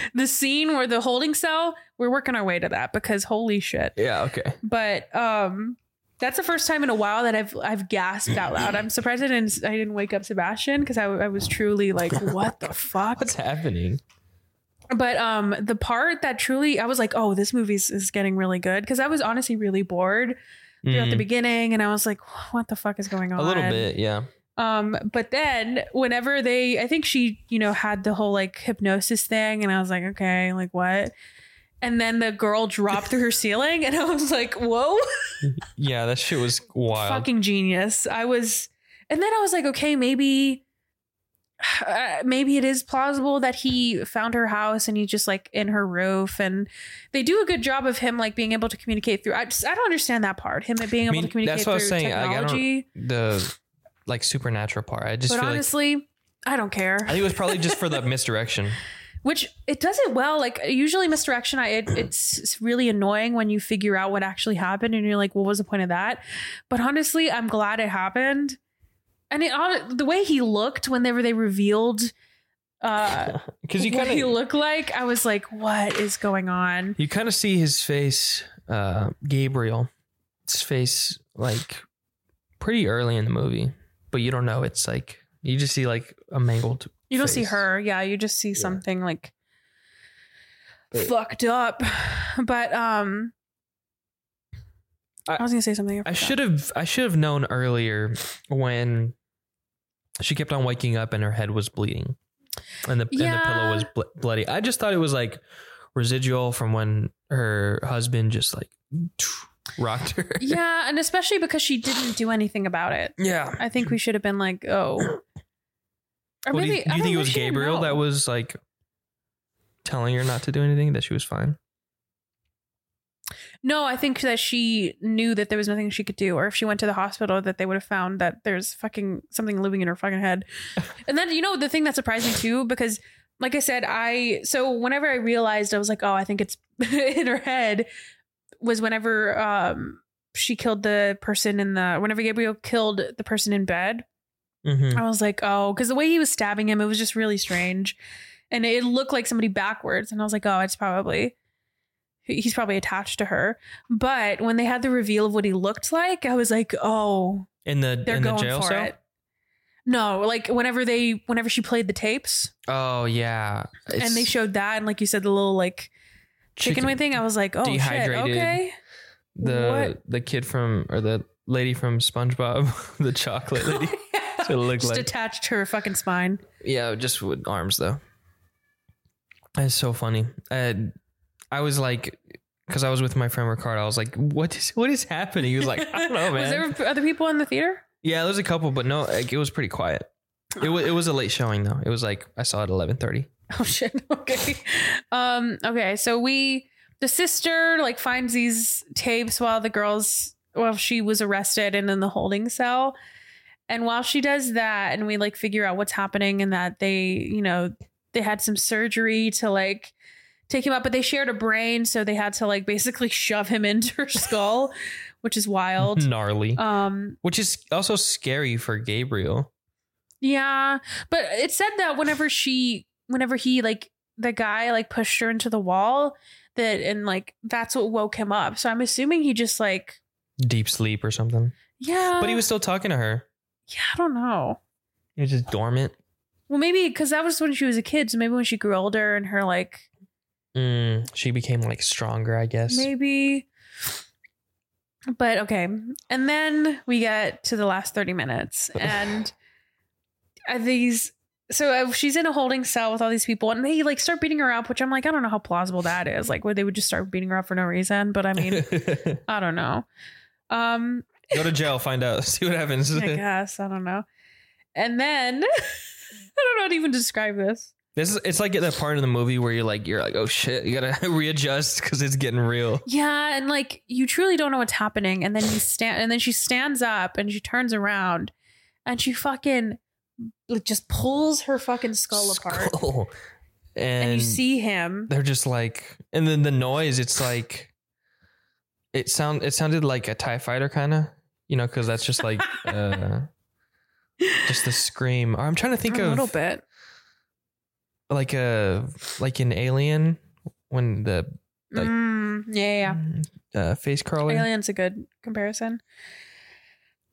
Speaker 1: the scene where the holding cell, we're working our way to that because holy shit.
Speaker 2: Yeah. Okay.
Speaker 1: But um that's the first time in a while that I've I've gasped out loud. I'm surprised I didn't I didn't wake up Sebastian because I, I was truly like, what the fuck?
Speaker 2: What's happening?
Speaker 1: But um the part that truly I was like, oh, this movie is getting really good because I was honestly really bored throughout the
Speaker 2: Mm,
Speaker 1: beginning and I was like, what the fuck is going on?
Speaker 2: a little bit. Yeah.
Speaker 1: Um, but then whenever they, I think she, you know, had the whole like hypnosis thing, and I was like, okay, like what? And then the girl dropped through her ceiling, and I was like, whoa,
Speaker 2: Yeah. That shit was wild.
Speaker 1: fucking genius. I was, and then I was like, okay, maybe uh, maybe it is plausible that he found her house and he's just like in her roof and they do a good job of him like being able to communicate through i just i don't understand that part him being
Speaker 2: I
Speaker 1: able
Speaker 2: mean,
Speaker 1: to communicate
Speaker 2: that's
Speaker 1: through
Speaker 2: what I was saying. Like, I don't-
Speaker 1: technology
Speaker 2: the like supernatural part. I just
Speaker 1: but
Speaker 2: feel
Speaker 1: honestly i don't care
Speaker 2: like I think it was probably just for the misdirection.
Speaker 1: which it does it well like usually misdirection i it, it's it's really annoying when you figure out what actually happened and you're like what was the point of that but honestly i'm glad it happened and it hon- the way he looked whenever they revealed uh
Speaker 2: Because you
Speaker 1: what
Speaker 2: kind
Speaker 1: he
Speaker 2: of
Speaker 1: looked like, I was like, what is going on?
Speaker 2: you kind of see his face, uh, Gabriel, his face like pretty early in the movie, but you don't know. It's like you just see like a mangled.
Speaker 1: You don't see
Speaker 2: face.
Speaker 1: her. Yeah, you just see
Speaker 2: Yeah.
Speaker 1: something like
Speaker 2: But-
Speaker 1: fucked up. But um I,
Speaker 2: I-
Speaker 1: was gonna say something.
Speaker 2: I
Speaker 1: forgot.
Speaker 2: should have I should have known earlier when she kept on waking up and her head was bleeding, and the and the
Speaker 1: Yeah.
Speaker 2: pillow was bl- bloody. I just thought it was like residual from when her husband just like rocked her.
Speaker 1: Yeah, and especially because she didn't do anything about it.
Speaker 2: yeah.
Speaker 1: I think we should have been like, oh. Or
Speaker 2: Well, do you,
Speaker 1: maybe-
Speaker 2: do
Speaker 1: I
Speaker 2: you
Speaker 1: don't-
Speaker 2: think it
Speaker 1: we
Speaker 2: was
Speaker 1: shouldn't
Speaker 2: Gabriel
Speaker 1: know.
Speaker 2: that was like telling her not to do anything that she was fine?
Speaker 1: No, I think that she knew that there was nothing she could do, or if she went to the hospital, that they would have found that there's fucking something living in her fucking head. and then you know the thing that surprised me too, because like I said, I so whenever I realized I was like, oh, I think it's in her head, was whenever um she killed the person in the whenever Gabriel killed the person in bed.
Speaker 2: Mm-hmm.
Speaker 1: I was like, oh, because the way he was stabbing him, it was just really strange. And it looked like somebody backwards. And I was like, oh, it's probably, he's probably attached to her. But when they had the reveal of what he looked like, I was like, oh,
Speaker 2: In the
Speaker 1: they're
Speaker 2: in the
Speaker 1: going
Speaker 2: jail
Speaker 1: for
Speaker 2: cell.
Speaker 1: it. No, like whenever they, whenever she played the tapes
Speaker 2: Oh yeah,
Speaker 1: and they showed that, and like you said, the little like chicken, wing thing, I was like, oh,
Speaker 2: Dehydrated.
Speaker 1: shit, okay.
Speaker 2: the
Speaker 1: What?
Speaker 2: the kid from or the lady from SpongeBob, the chocolate lady. That's what it looked
Speaker 1: Just
Speaker 2: like.
Speaker 1: attached to her fucking spine.
Speaker 2: yeah, just with arms though. That's so funny. Uh, I was like, because I was with my friend Ricardo. I was like, what is what is happening? He was like, I don't know, man.
Speaker 1: Was there other people in the theater?
Speaker 2: yeah, there was a couple, but no, like, it was pretty quiet. It was it was a late showing though. It was like I saw it at eleven thirty.
Speaker 1: Oh shit. Okay. Um okay, so we the sister like finds these tapes while the girls while she was arrested and in the holding cell. And while she does that and we like figure out what's happening and that they, you know, they had some surgery to like take him out, but they shared a brain, so they had to like basically shove him into her skull, which is wild.
Speaker 2: Gnarly,
Speaker 1: Um
Speaker 2: which is also scary for Gabriel.
Speaker 1: Yeah, but it said that whenever she, whenever he, like the guy, like pushed her into the wall, that and like that's what woke him up. So I'm assuming he just like,
Speaker 2: Deep sleep or something,
Speaker 1: yeah,
Speaker 2: but he was still talking to her.
Speaker 1: yeah, I don't know.
Speaker 2: He was just dormant.
Speaker 1: Well, maybe because that was when she was a kid, so maybe when she grew older and her like
Speaker 2: Mm, she became like stronger, I guess.
Speaker 1: maybe. But okay, and then we get to the last thirty minutes, and are these. So uh, she's in a holding cell with all these people, and they like start beating her up, which I'm like, I don't know how plausible that is. Like, where they would just start beating her up for no reason. But I mean,
Speaker 2: Go
Speaker 1: I don't know. Um,
Speaker 2: to jail, find out, see what happens.
Speaker 1: I guess I don't know. And then I don't know how to even describe this.
Speaker 2: This is it's like at that part of the movie where you're like you're like oh shit, you gotta readjust because it's getting real.
Speaker 1: Yeah, and like you truly don't know what's happening. And then you stand, and then she stands up and she turns around, and she fucking like just pulls her fucking skull, apart,
Speaker 2: Skull. And,
Speaker 1: and, you see him.
Speaker 2: they're just like, and then the noise. It's like it sound it sounded like a Tie Fighter kind of you know because that's just like uh, just the scream. Or I'm trying to think
Speaker 1: a
Speaker 2: of
Speaker 1: little bit.
Speaker 2: like a like an Alien when the like-
Speaker 1: Mm, yeah, yeah, yeah.
Speaker 2: uh, face crawler.
Speaker 1: Alien's a good comparison.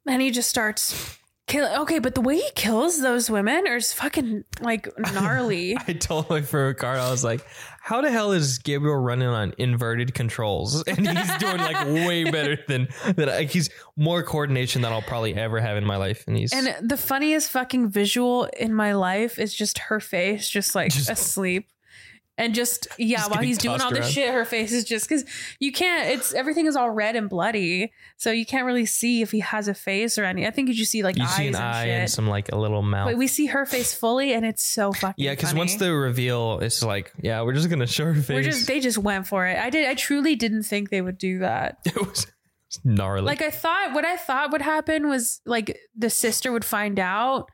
Speaker 1: And he just starts kill. Okay, but the way he kills those women is fucking like gnarly.
Speaker 2: I told my friend Ricardo, I was like, how the hell is Gabriel running on inverted controls? And he's doing like way better than that. Like he's more coordination than I'll probably ever have in my life. And he's
Speaker 1: And the funniest fucking visual in my life is just her face, just like
Speaker 2: Just-
Speaker 1: asleep. And just yeah,
Speaker 2: Just
Speaker 1: while
Speaker 2: getting
Speaker 1: he's doing
Speaker 2: tossed
Speaker 1: all this
Speaker 2: around.
Speaker 1: shit, her face is just because you can't. It's everything is all red and bloody, so you can't really see if he has a face or any. I think you just see like
Speaker 2: you
Speaker 1: eyes
Speaker 2: see an
Speaker 1: and
Speaker 2: eye
Speaker 1: shit.
Speaker 2: and some like a little mouth.
Speaker 1: but we see her face fully, and it's so fucking.
Speaker 2: yeah, because
Speaker 1: funny.
Speaker 2: once the reveal, it's like, yeah, we're just gonna show her face.
Speaker 1: we're just they just went for it. I did. I truly didn't think they would do that.
Speaker 2: it was it's gnarly.
Speaker 1: like I thought what I thought would happen was like the sister would find out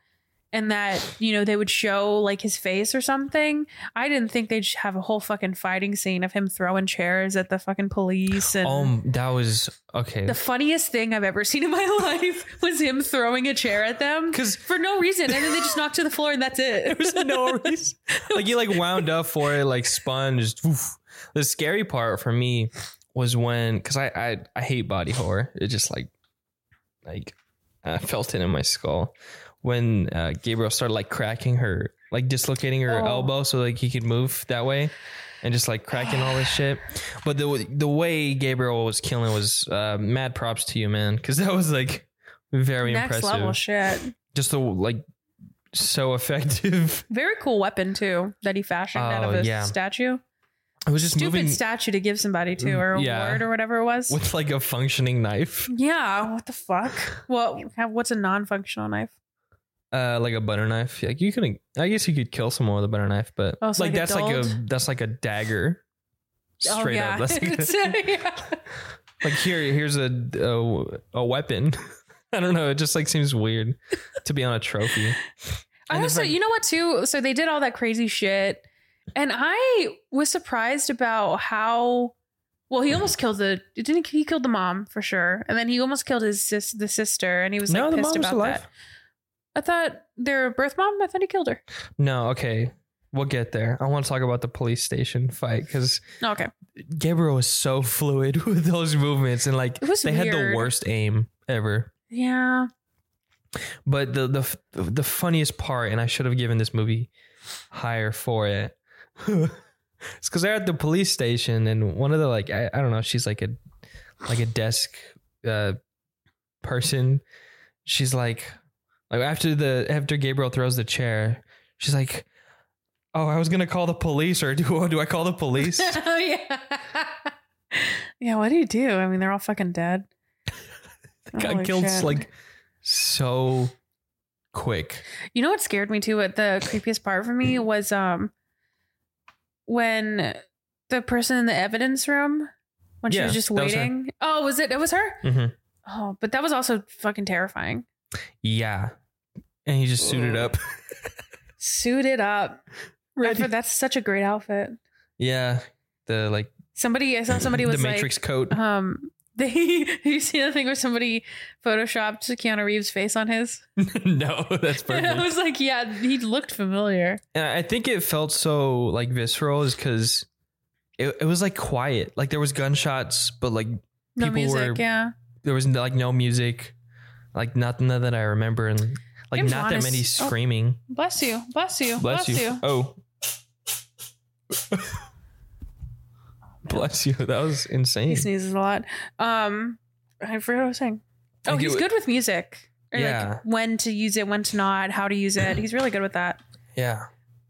Speaker 1: and that you know they would show like his face or something. I didn't think they'd have a whole fucking fighting scene of him throwing chairs at the fucking police and
Speaker 2: um, that was okay.
Speaker 1: the funniest thing I've ever seen in my life was him throwing a chair at them
Speaker 2: 'Cause-
Speaker 1: for no reason and then they just knocked to the floor and that's it.
Speaker 2: There was no reason. like you like wound up for it, like spun. Just oof. the scary part for me was when because I, I I hate body horror. It just like like I felt it in my skull when uh, Gabriel started like cracking her, like dislocating her
Speaker 1: Oh.
Speaker 2: elbow so like he could move that way. And just like cracking all this shit, but the the way Gabriel was killing was uh, mad props to you, man, because that was like very
Speaker 1: Next
Speaker 2: impressive.
Speaker 1: level shit.
Speaker 2: Just the like so effective.
Speaker 1: Very cool weapon too that he fashioned out
Speaker 2: Oh,
Speaker 1: of a
Speaker 2: yeah.
Speaker 1: statue.
Speaker 2: It was just
Speaker 1: Stupid
Speaker 2: moving Mm,
Speaker 1: statue to give somebody to or
Speaker 2: Yeah.
Speaker 1: award or whatever it was.
Speaker 2: with like a functioning knife,
Speaker 1: Yeah, what the fuck? Well, have- what's a non-functional knife?
Speaker 2: uh, like a butter knife. Like you can, I guess you could kill someone with a butter knife, but
Speaker 1: Oh, so
Speaker 2: like
Speaker 1: like a
Speaker 2: that's like a
Speaker 1: dulled?
Speaker 2: that's like a dagger.
Speaker 1: Oh,
Speaker 2: Straight up, that's like, a-
Speaker 1: uh, Yeah.
Speaker 2: like here, here's a, a a weapon. I don't know. It just like seems weird to be on a trophy.
Speaker 1: I
Speaker 2: And
Speaker 1: also,
Speaker 2: if I-
Speaker 1: you know what, too? So they did all that crazy shit, and I was surprised about how. Well,
Speaker 2: Mm.
Speaker 1: he almost killed the didn't he killed the mom for sure, and then he almost killed his sis, the sister, and he was like
Speaker 2: no, the
Speaker 1: pissed
Speaker 2: mom's
Speaker 1: about
Speaker 2: alive.
Speaker 1: that. I thought their birth mom. I thought he killed her.
Speaker 2: No, okay, we'll get there. I want to talk about the police station fight because
Speaker 1: No, okay,
Speaker 2: Gabriel was so fluid with those movements and like
Speaker 1: It was
Speaker 2: they had the
Speaker 1: weird.
Speaker 2: worst aim ever.
Speaker 1: yeah,
Speaker 2: But the the f- the funniest part, and I should have given this movie higher for it. it's because they're at the police station, and one of the like I, I don't know, she's like a like a desk uh, person. She's like like after the after Gabriel throws the chair, she's like, "Oh, I was gonna call the police, or do do I call the police?"
Speaker 1: Oh, yeah, yeah. What do you do? I mean, they're all fucking dead.
Speaker 2: Got
Speaker 1: Holy
Speaker 2: killed
Speaker 1: shit.
Speaker 2: like so quick.
Speaker 1: You know what scared me too? What the creepiest part for me was um when the person in the evidence room when she
Speaker 2: Yeah,
Speaker 1: was just
Speaker 2: that was her.
Speaker 1: waiting. oh, was it? It was her.
Speaker 2: Mm-hmm.
Speaker 1: Oh, but that was also fucking terrifying.
Speaker 2: Yeah, and he just suited
Speaker 1: Ugh.
Speaker 2: up.
Speaker 1: Suited up.
Speaker 2: Ready.
Speaker 1: That's- That's such a great outfit.
Speaker 2: Yeah, the like
Speaker 1: Somebody, I saw somebody was
Speaker 2: the
Speaker 1: like,
Speaker 2: Matrix coat.
Speaker 1: um, they. you see the thing where somebody photoshopped Keanu Reeves' face on his?
Speaker 2: no, that's
Speaker 1: And I
Speaker 2: perfect.
Speaker 1: was like, yeah, he looked familiar.
Speaker 2: and I think it felt so like visceral is because it, it was like quiet. Like there was gunshots, but like
Speaker 1: No
Speaker 2: People
Speaker 1: music,
Speaker 2: were-
Speaker 1: yeah.
Speaker 2: there was like no music, like not none that I remember, and like
Speaker 1: It was
Speaker 2: not
Speaker 1: honest-
Speaker 2: that
Speaker 1: oh.
Speaker 2: many screaming.
Speaker 1: Bless you, bless you,
Speaker 2: Bless, you. Oh. Bless you. That was
Speaker 1: He
Speaker 2: insane.
Speaker 1: sneezes a lot. Um, I forgot what I was saying.
Speaker 2: I
Speaker 1: Oh,
Speaker 2: think
Speaker 1: he's
Speaker 2: it
Speaker 1: good with music. Or
Speaker 2: Yeah.
Speaker 1: Like when to use it, when to not, how to use it. He's really good with that.
Speaker 2: Yeah.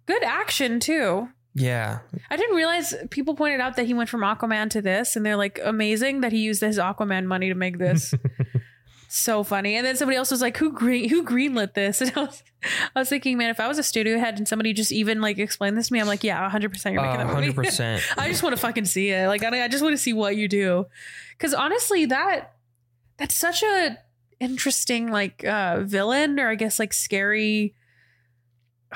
Speaker 1: Good action too.
Speaker 2: Yeah.
Speaker 1: I didn't realize people pointed out that he went from Aquaman to this, and they're like, amazing that he used his Aquaman money to make this. so funny. And then somebody else was like, who green who greenlit this? And I was, I was thinking, man, if I was a studio head and somebody just even like explained this to me, I'm like, yeah, 100 percent you're making that
Speaker 2: Uh,
Speaker 1: movie.
Speaker 2: 100%.
Speaker 1: I just want to fucking see it. Like, I, I just want to see what you do. Because honestly, that that's such a interesting like uh villain, or I guess like scary.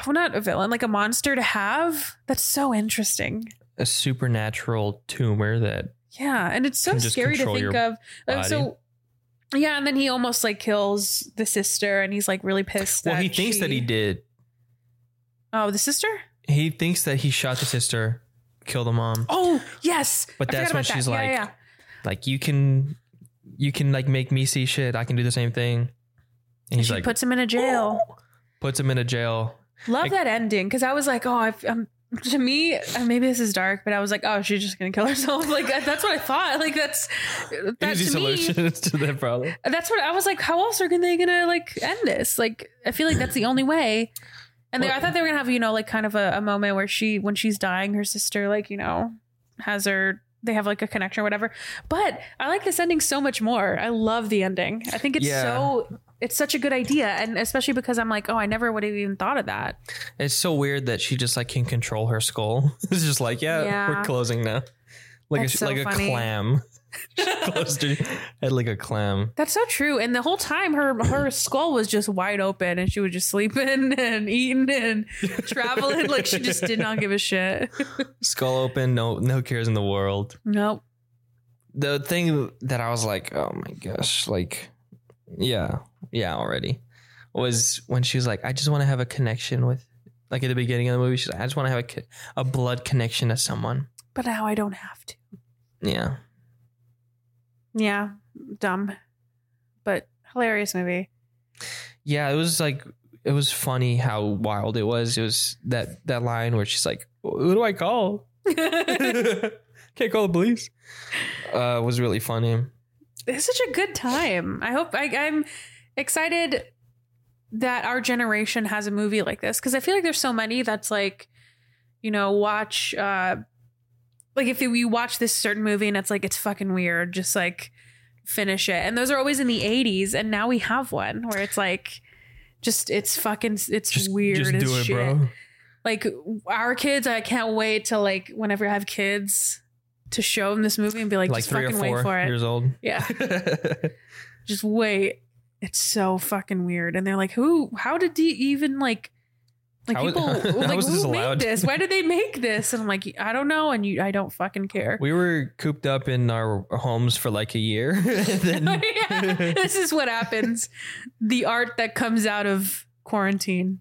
Speaker 1: Well, not a villain, like a monster to have. That's so interesting.
Speaker 2: a supernatural tumor that
Speaker 1: Yeah, and it's so
Speaker 2: Can just
Speaker 1: scary to
Speaker 2: control
Speaker 1: think
Speaker 2: your
Speaker 1: of. Um, so. Yeah, and then he almost like kills the sister, and he's like really pissed.
Speaker 2: well
Speaker 1: that
Speaker 2: he thinks that
Speaker 1: she-
Speaker 2: he did
Speaker 1: Oh, the sister.
Speaker 2: he thinks that he shot the sister, killed the mom.
Speaker 1: Oh, yes.
Speaker 2: But
Speaker 1: I forgot
Speaker 2: that's when
Speaker 1: about that.
Speaker 2: she's
Speaker 1: Yeah,
Speaker 2: like,
Speaker 1: yeah, yeah.
Speaker 2: like you can, you can like make me see shit. I can do the same thing. And he's
Speaker 1: she
Speaker 2: like,
Speaker 1: puts him in a jail.
Speaker 2: puts him in a jail.
Speaker 1: Love
Speaker 2: Like-
Speaker 1: that ending because I was like, oh, I've, um, to me, uh, maybe this is dark, but I was like, oh, she's just gonna kill herself. Like that- that's what I thought. Like that's that
Speaker 2: Easy
Speaker 1: to me. uh,
Speaker 2: solutions to that problem.
Speaker 1: That's what I was like. How else are they gonna like end this? Like I feel like that's the only way. And they, I thought they were gonna have you know like kind of a, a moment where she when she's dying, her sister like you know has her. They have like a connection or whatever. But I like this ending so much more. I love the ending. I think it's
Speaker 2: Yeah.
Speaker 1: so it's such a good idea, and especially because I'm like, oh, I never would have even thought of that.
Speaker 2: It's so weird that she just like can control her skull. It's just like, yeah,
Speaker 1: Yeah.
Speaker 2: we're closing now. Like
Speaker 1: That's
Speaker 2: a,
Speaker 1: so
Speaker 2: like
Speaker 1: funny.
Speaker 2: a clam. she closed her head like a clam.
Speaker 1: That's so true. And the whole time her her skull was just wide open and she was just sleeping and eating and traveling like she just did not give a shit.
Speaker 2: Skull open, no no cares in the world.
Speaker 1: nope.
Speaker 2: The thing that I was like, oh my gosh, like yeah, yeah, already. Was when she was like, I just want to have a connection with like at the beginning of the movie, she's like, I just want to have a, co- a blood connection to someone.
Speaker 1: But now I don't have to.
Speaker 2: Yeah.
Speaker 1: Yeah. Dumb. But hilarious movie.
Speaker 2: yeah it was like it was funny how wild it was it was that that line where she's like who do i call can't call the police uh was really funny
Speaker 1: it's such a good time. I hope I, I'm excited that our generation has a movie like this because I feel like there's so many that's like, you know, watch uh like if you watch this certain movie and it's like it's fucking weird, just like finish it. And those are always in the 80s, and now we have one where it's like. Just it's fucking it's
Speaker 2: just
Speaker 1: weird
Speaker 2: just
Speaker 1: as
Speaker 2: do it
Speaker 1: shit.
Speaker 2: bro
Speaker 1: Like our kids, I can't wait to like whenever I have kids to show them this movie and be like,
Speaker 2: like
Speaker 1: just
Speaker 2: three or
Speaker 1: fucking
Speaker 2: four
Speaker 1: wait for it.
Speaker 2: years old
Speaker 1: yeah, just wait. It's so fucking weird. And they're like, who? How did they even like? Like
Speaker 2: How was-
Speaker 1: people,
Speaker 2: how
Speaker 1: like
Speaker 2: was this
Speaker 1: who made
Speaker 2: allowed?
Speaker 1: this? Why did they make this? And I'm like, I don't know. And you, I don't fucking care.
Speaker 2: we were cooped up in our homes for like a year then
Speaker 1: Yeah, this is what happens. The art that comes out of quarantine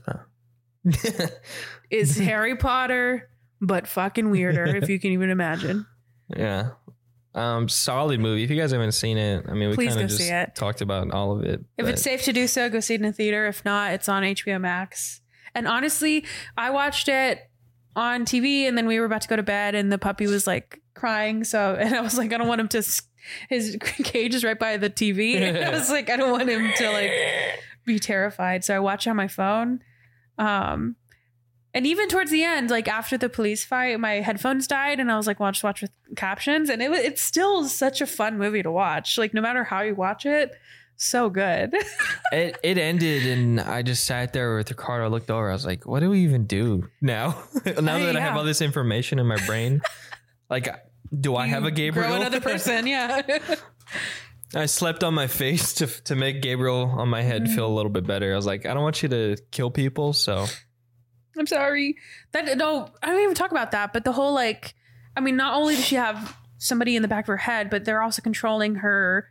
Speaker 1: is Harry Potter, but fucking weirder, if you can even imagine.
Speaker 2: yeah um solid movie if you guys haven't seen it i mean we
Speaker 1: Please
Speaker 2: kind
Speaker 1: go
Speaker 2: of just
Speaker 1: see it.
Speaker 2: talked about all of it
Speaker 1: If
Speaker 2: but-
Speaker 1: it's safe to do so, go see it in a theater. If not, it's on HBO Max. And honestly, I watched it on TV, and then we were about to go to bed, and the puppy was like crying. So, and I was like, I don't want him to. s- His cage is right by the TV. And I was like, I don't want him to like be terrified. So I watched it on my phone. Um, and even towards the end, like after the police fight, my headphones died, and I was like, "Watch, just watch with captions." And it was, it's still such a fun movie to watch. Like no matter how you watch it, so good.
Speaker 2: It it ended and I just sat there with Ricardo. I looked over. I was like, "What do we even do now? now that I
Speaker 1: yeah.
Speaker 2: have all this information in my brain, like, do I have
Speaker 1: You
Speaker 2: a Gabriel?
Speaker 1: Grow another person, yeah.
Speaker 2: I slept on my face to to make Gabriel on my head
Speaker 1: Mhm.
Speaker 2: feel a little bit better. I was like, I don't want you to kill people, so
Speaker 1: I'm sorry. That no, I don't even talk about that. But the whole like, I mean, not only does she have somebody in the back of her head, but they're also controlling her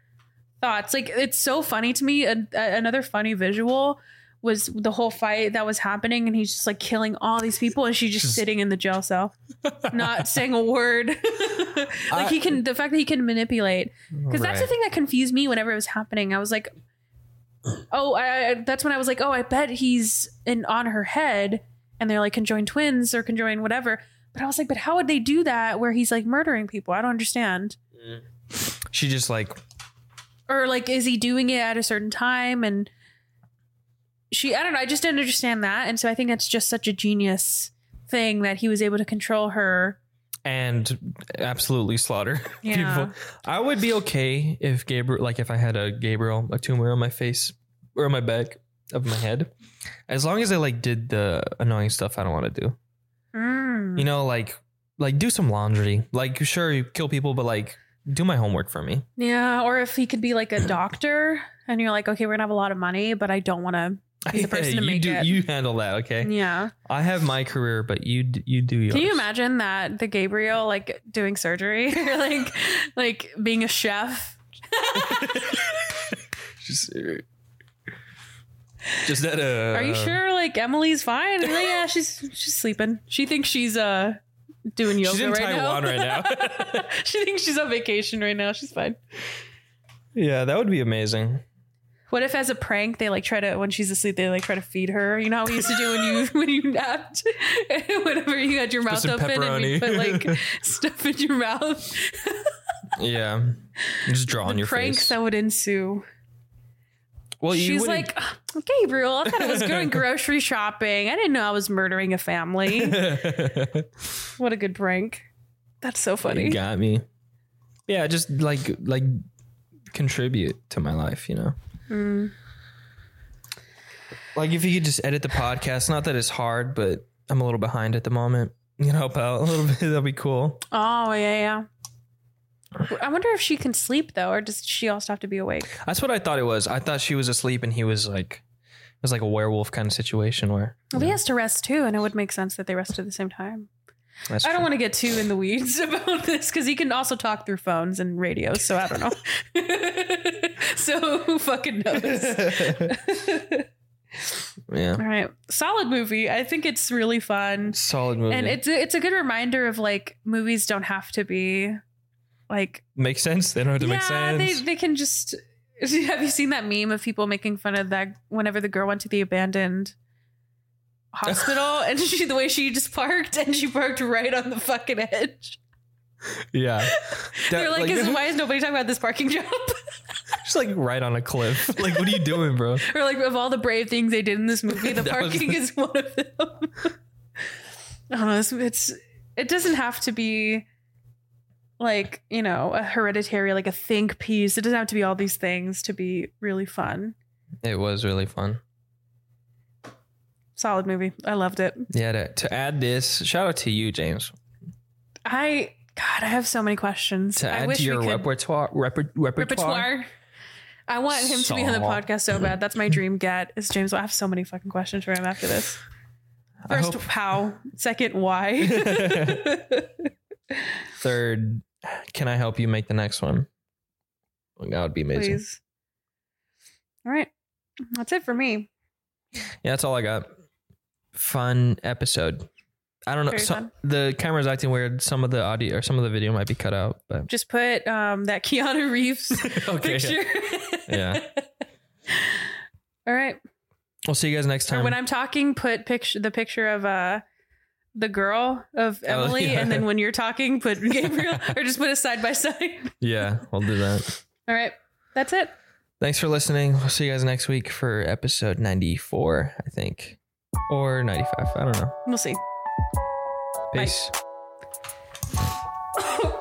Speaker 1: thoughts. Like it's so funny to me. An- a- another funny visual was the whole fight that was happening, and he's just like killing all these people, and she's just,
Speaker 2: Just-
Speaker 1: sitting in the jail cell, not saying a word. like he can, the fact that he can manipulate because that's the
Speaker 2: Right.
Speaker 1: thing that confused me whenever it was happening. I was like, oh, I, I- that's when I was like, oh, I bet he's in on her head, and they're like conjoined twins or conjoined whatever. But I was like, but how would they do that where he's like murdering people? I don't understand.
Speaker 2: she just like
Speaker 1: Or like, is he doing it at a certain time? And she, I don't know. I just didn't understand that, and so I think that's just such a genius thing that he was able to control her.
Speaker 2: and absolutely slaughter
Speaker 1: Yeah.
Speaker 2: people. I would be okay if Gabriel, like if I had a Gabriel, a tumor on my face or on my back of my head, as long as I like did the annoying stuff I don't want to do.
Speaker 1: Mm.
Speaker 2: You know, like like do some laundry. Like sure, you kill people, but like do my homework for me.
Speaker 1: Yeah, or if he could be like a doctor, and you're like, okay, we're gonna have a lot of money, but I don't want to Be the person to
Speaker 2: you
Speaker 1: make
Speaker 2: do
Speaker 1: it.
Speaker 2: you handle that, okay?
Speaker 1: Yeah.
Speaker 2: I have my career, but you d- you do yours.
Speaker 1: Can you imagine that the Gabriel like doing surgery or like like being a chef?
Speaker 2: Just, uh, just that. Uh,
Speaker 1: Are you sure like Emily's fine? And, like, yeah, she's she's sleeping. She thinks she's uh doing yoga
Speaker 2: She's in
Speaker 1: right
Speaker 2: Taiwan
Speaker 1: now.
Speaker 2: right now.
Speaker 1: she thinks she's on vacation right now. She's fine.
Speaker 2: Yeah, that would be amazing.
Speaker 1: What if as a prank they like try to when she's asleep they like try to feed her? You know how we used to do when you when you napped, whenever you had your mouth
Speaker 2: some
Speaker 1: open and we
Speaker 2: pepperoni.
Speaker 1: put like stuff in your mouth.
Speaker 2: Yeah, just draw on your
Speaker 1: Pranks
Speaker 2: face.
Speaker 1: that would ensue.
Speaker 2: Well, you
Speaker 1: She's
Speaker 2: wouldn't-
Speaker 1: like, "Oh, Gabriel, I thought I was going grocery shopping. I didn't know I was murdering a family. what a good prank. That's so
Speaker 2: you
Speaker 1: funny.
Speaker 2: got me. Yeah, just like like contribute to my life, you know.
Speaker 1: Mm.
Speaker 2: Like if you could just edit the podcast, not that it's hard, but I'm a little behind at the moment. You can help out a little bit, that'd be cool.
Speaker 1: Oh, yeah, yeah. I wonder if she can sleep, though, or does she also have to be awake?
Speaker 2: That's what I thought it was. I thought she was asleep and he was like it was like a werewolf kind of situation where
Speaker 1: Well, he has to rest, too, and it would make sense that they rest at the same time.
Speaker 2: That's
Speaker 1: I don't
Speaker 2: true.
Speaker 1: want to get too in the weeds about this because he can also talk through phones and radio, so I don't know. so who fucking knows?
Speaker 2: yeah.
Speaker 1: All right, solid movie. I think it's really fun,
Speaker 2: Solid movie.
Speaker 1: and it's a, it's a good reminder of like movies don't have to be like
Speaker 2: makes sense. They don't have to make
Speaker 1: yeah,
Speaker 2: sense.
Speaker 1: they they can just. Have you seen that meme of people making fun of that whenever the girl went to the abandoned hospital and she the way she just parked and she parked right on the fucking edge.
Speaker 2: yeah.
Speaker 1: They're
Speaker 2: That-
Speaker 1: like, is, why is nobody talking about this parking job?
Speaker 2: just like right on a cliff. Like, what are you doing, bro?
Speaker 1: or like, of all the brave things they did in this movie, the
Speaker 2: That was-
Speaker 1: parking is one of them. I don't know. It's, it's it doesn't have to be like you know a hereditary like a think piece. It doesn't have to be all these things to be really fun.
Speaker 2: It was really fun.
Speaker 1: Solid movie. I loved it.
Speaker 2: Yeah. To, to add this, shout out to you, James.
Speaker 1: I God, I have so many questions.
Speaker 2: To
Speaker 1: I
Speaker 2: add
Speaker 1: wish
Speaker 2: to your
Speaker 1: we could
Speaker 2: repertoire, reper, repertoire.
Speaker 1: repertoire. I want him to be on the
Speaker 2: Saw.
Speaker 1: podcast so bad. That's my dream get is James. I have so many fucking questions for him after this.
Speaker 2: I
Speaker 1: First,
Speaker 2: hope-
Speaker 1: how? Second, why?
Speaker 2: Third, can I help you make the next one? Like, That would be amazing.
Speaker 1: Please. All right. That's it for me.
Speaker 2: Yeah, that's all I got. Fun episode. I don't know.
Speaker 1: Very
Speaker 2: Some,
Speaker 1: fun.
Speaker 2: the camera's acting weird. Some of the audio or some of the video might be cut out, but
Speaker 1: Just put um, that Keanu Reeves picture.
Speaker 2: Yeah.
Speaker 1: All right.
Speaker 2: We'll see you guys next
Speaker 1: Or
Speaker 2: time.
Speaker 1: when I'm talking, put picture the picture of uh the girl of
Speaker 2: Oh,
Speaker 1: Emily,
Speaker 2: yeah.
Speaker 1: and then when you're talking, put Gabriel, or just put a side by side.
Speaker 2: yeah, we'll do that.
Speaker 1: All right. That's it.
Speaker 2: Thanks for listening. We'll see you guys next week for episode 94, I think, or 95. I don't know.
Speaker 1: We'll see.
Speaker 2: Peace.
Speaker 1: Bye.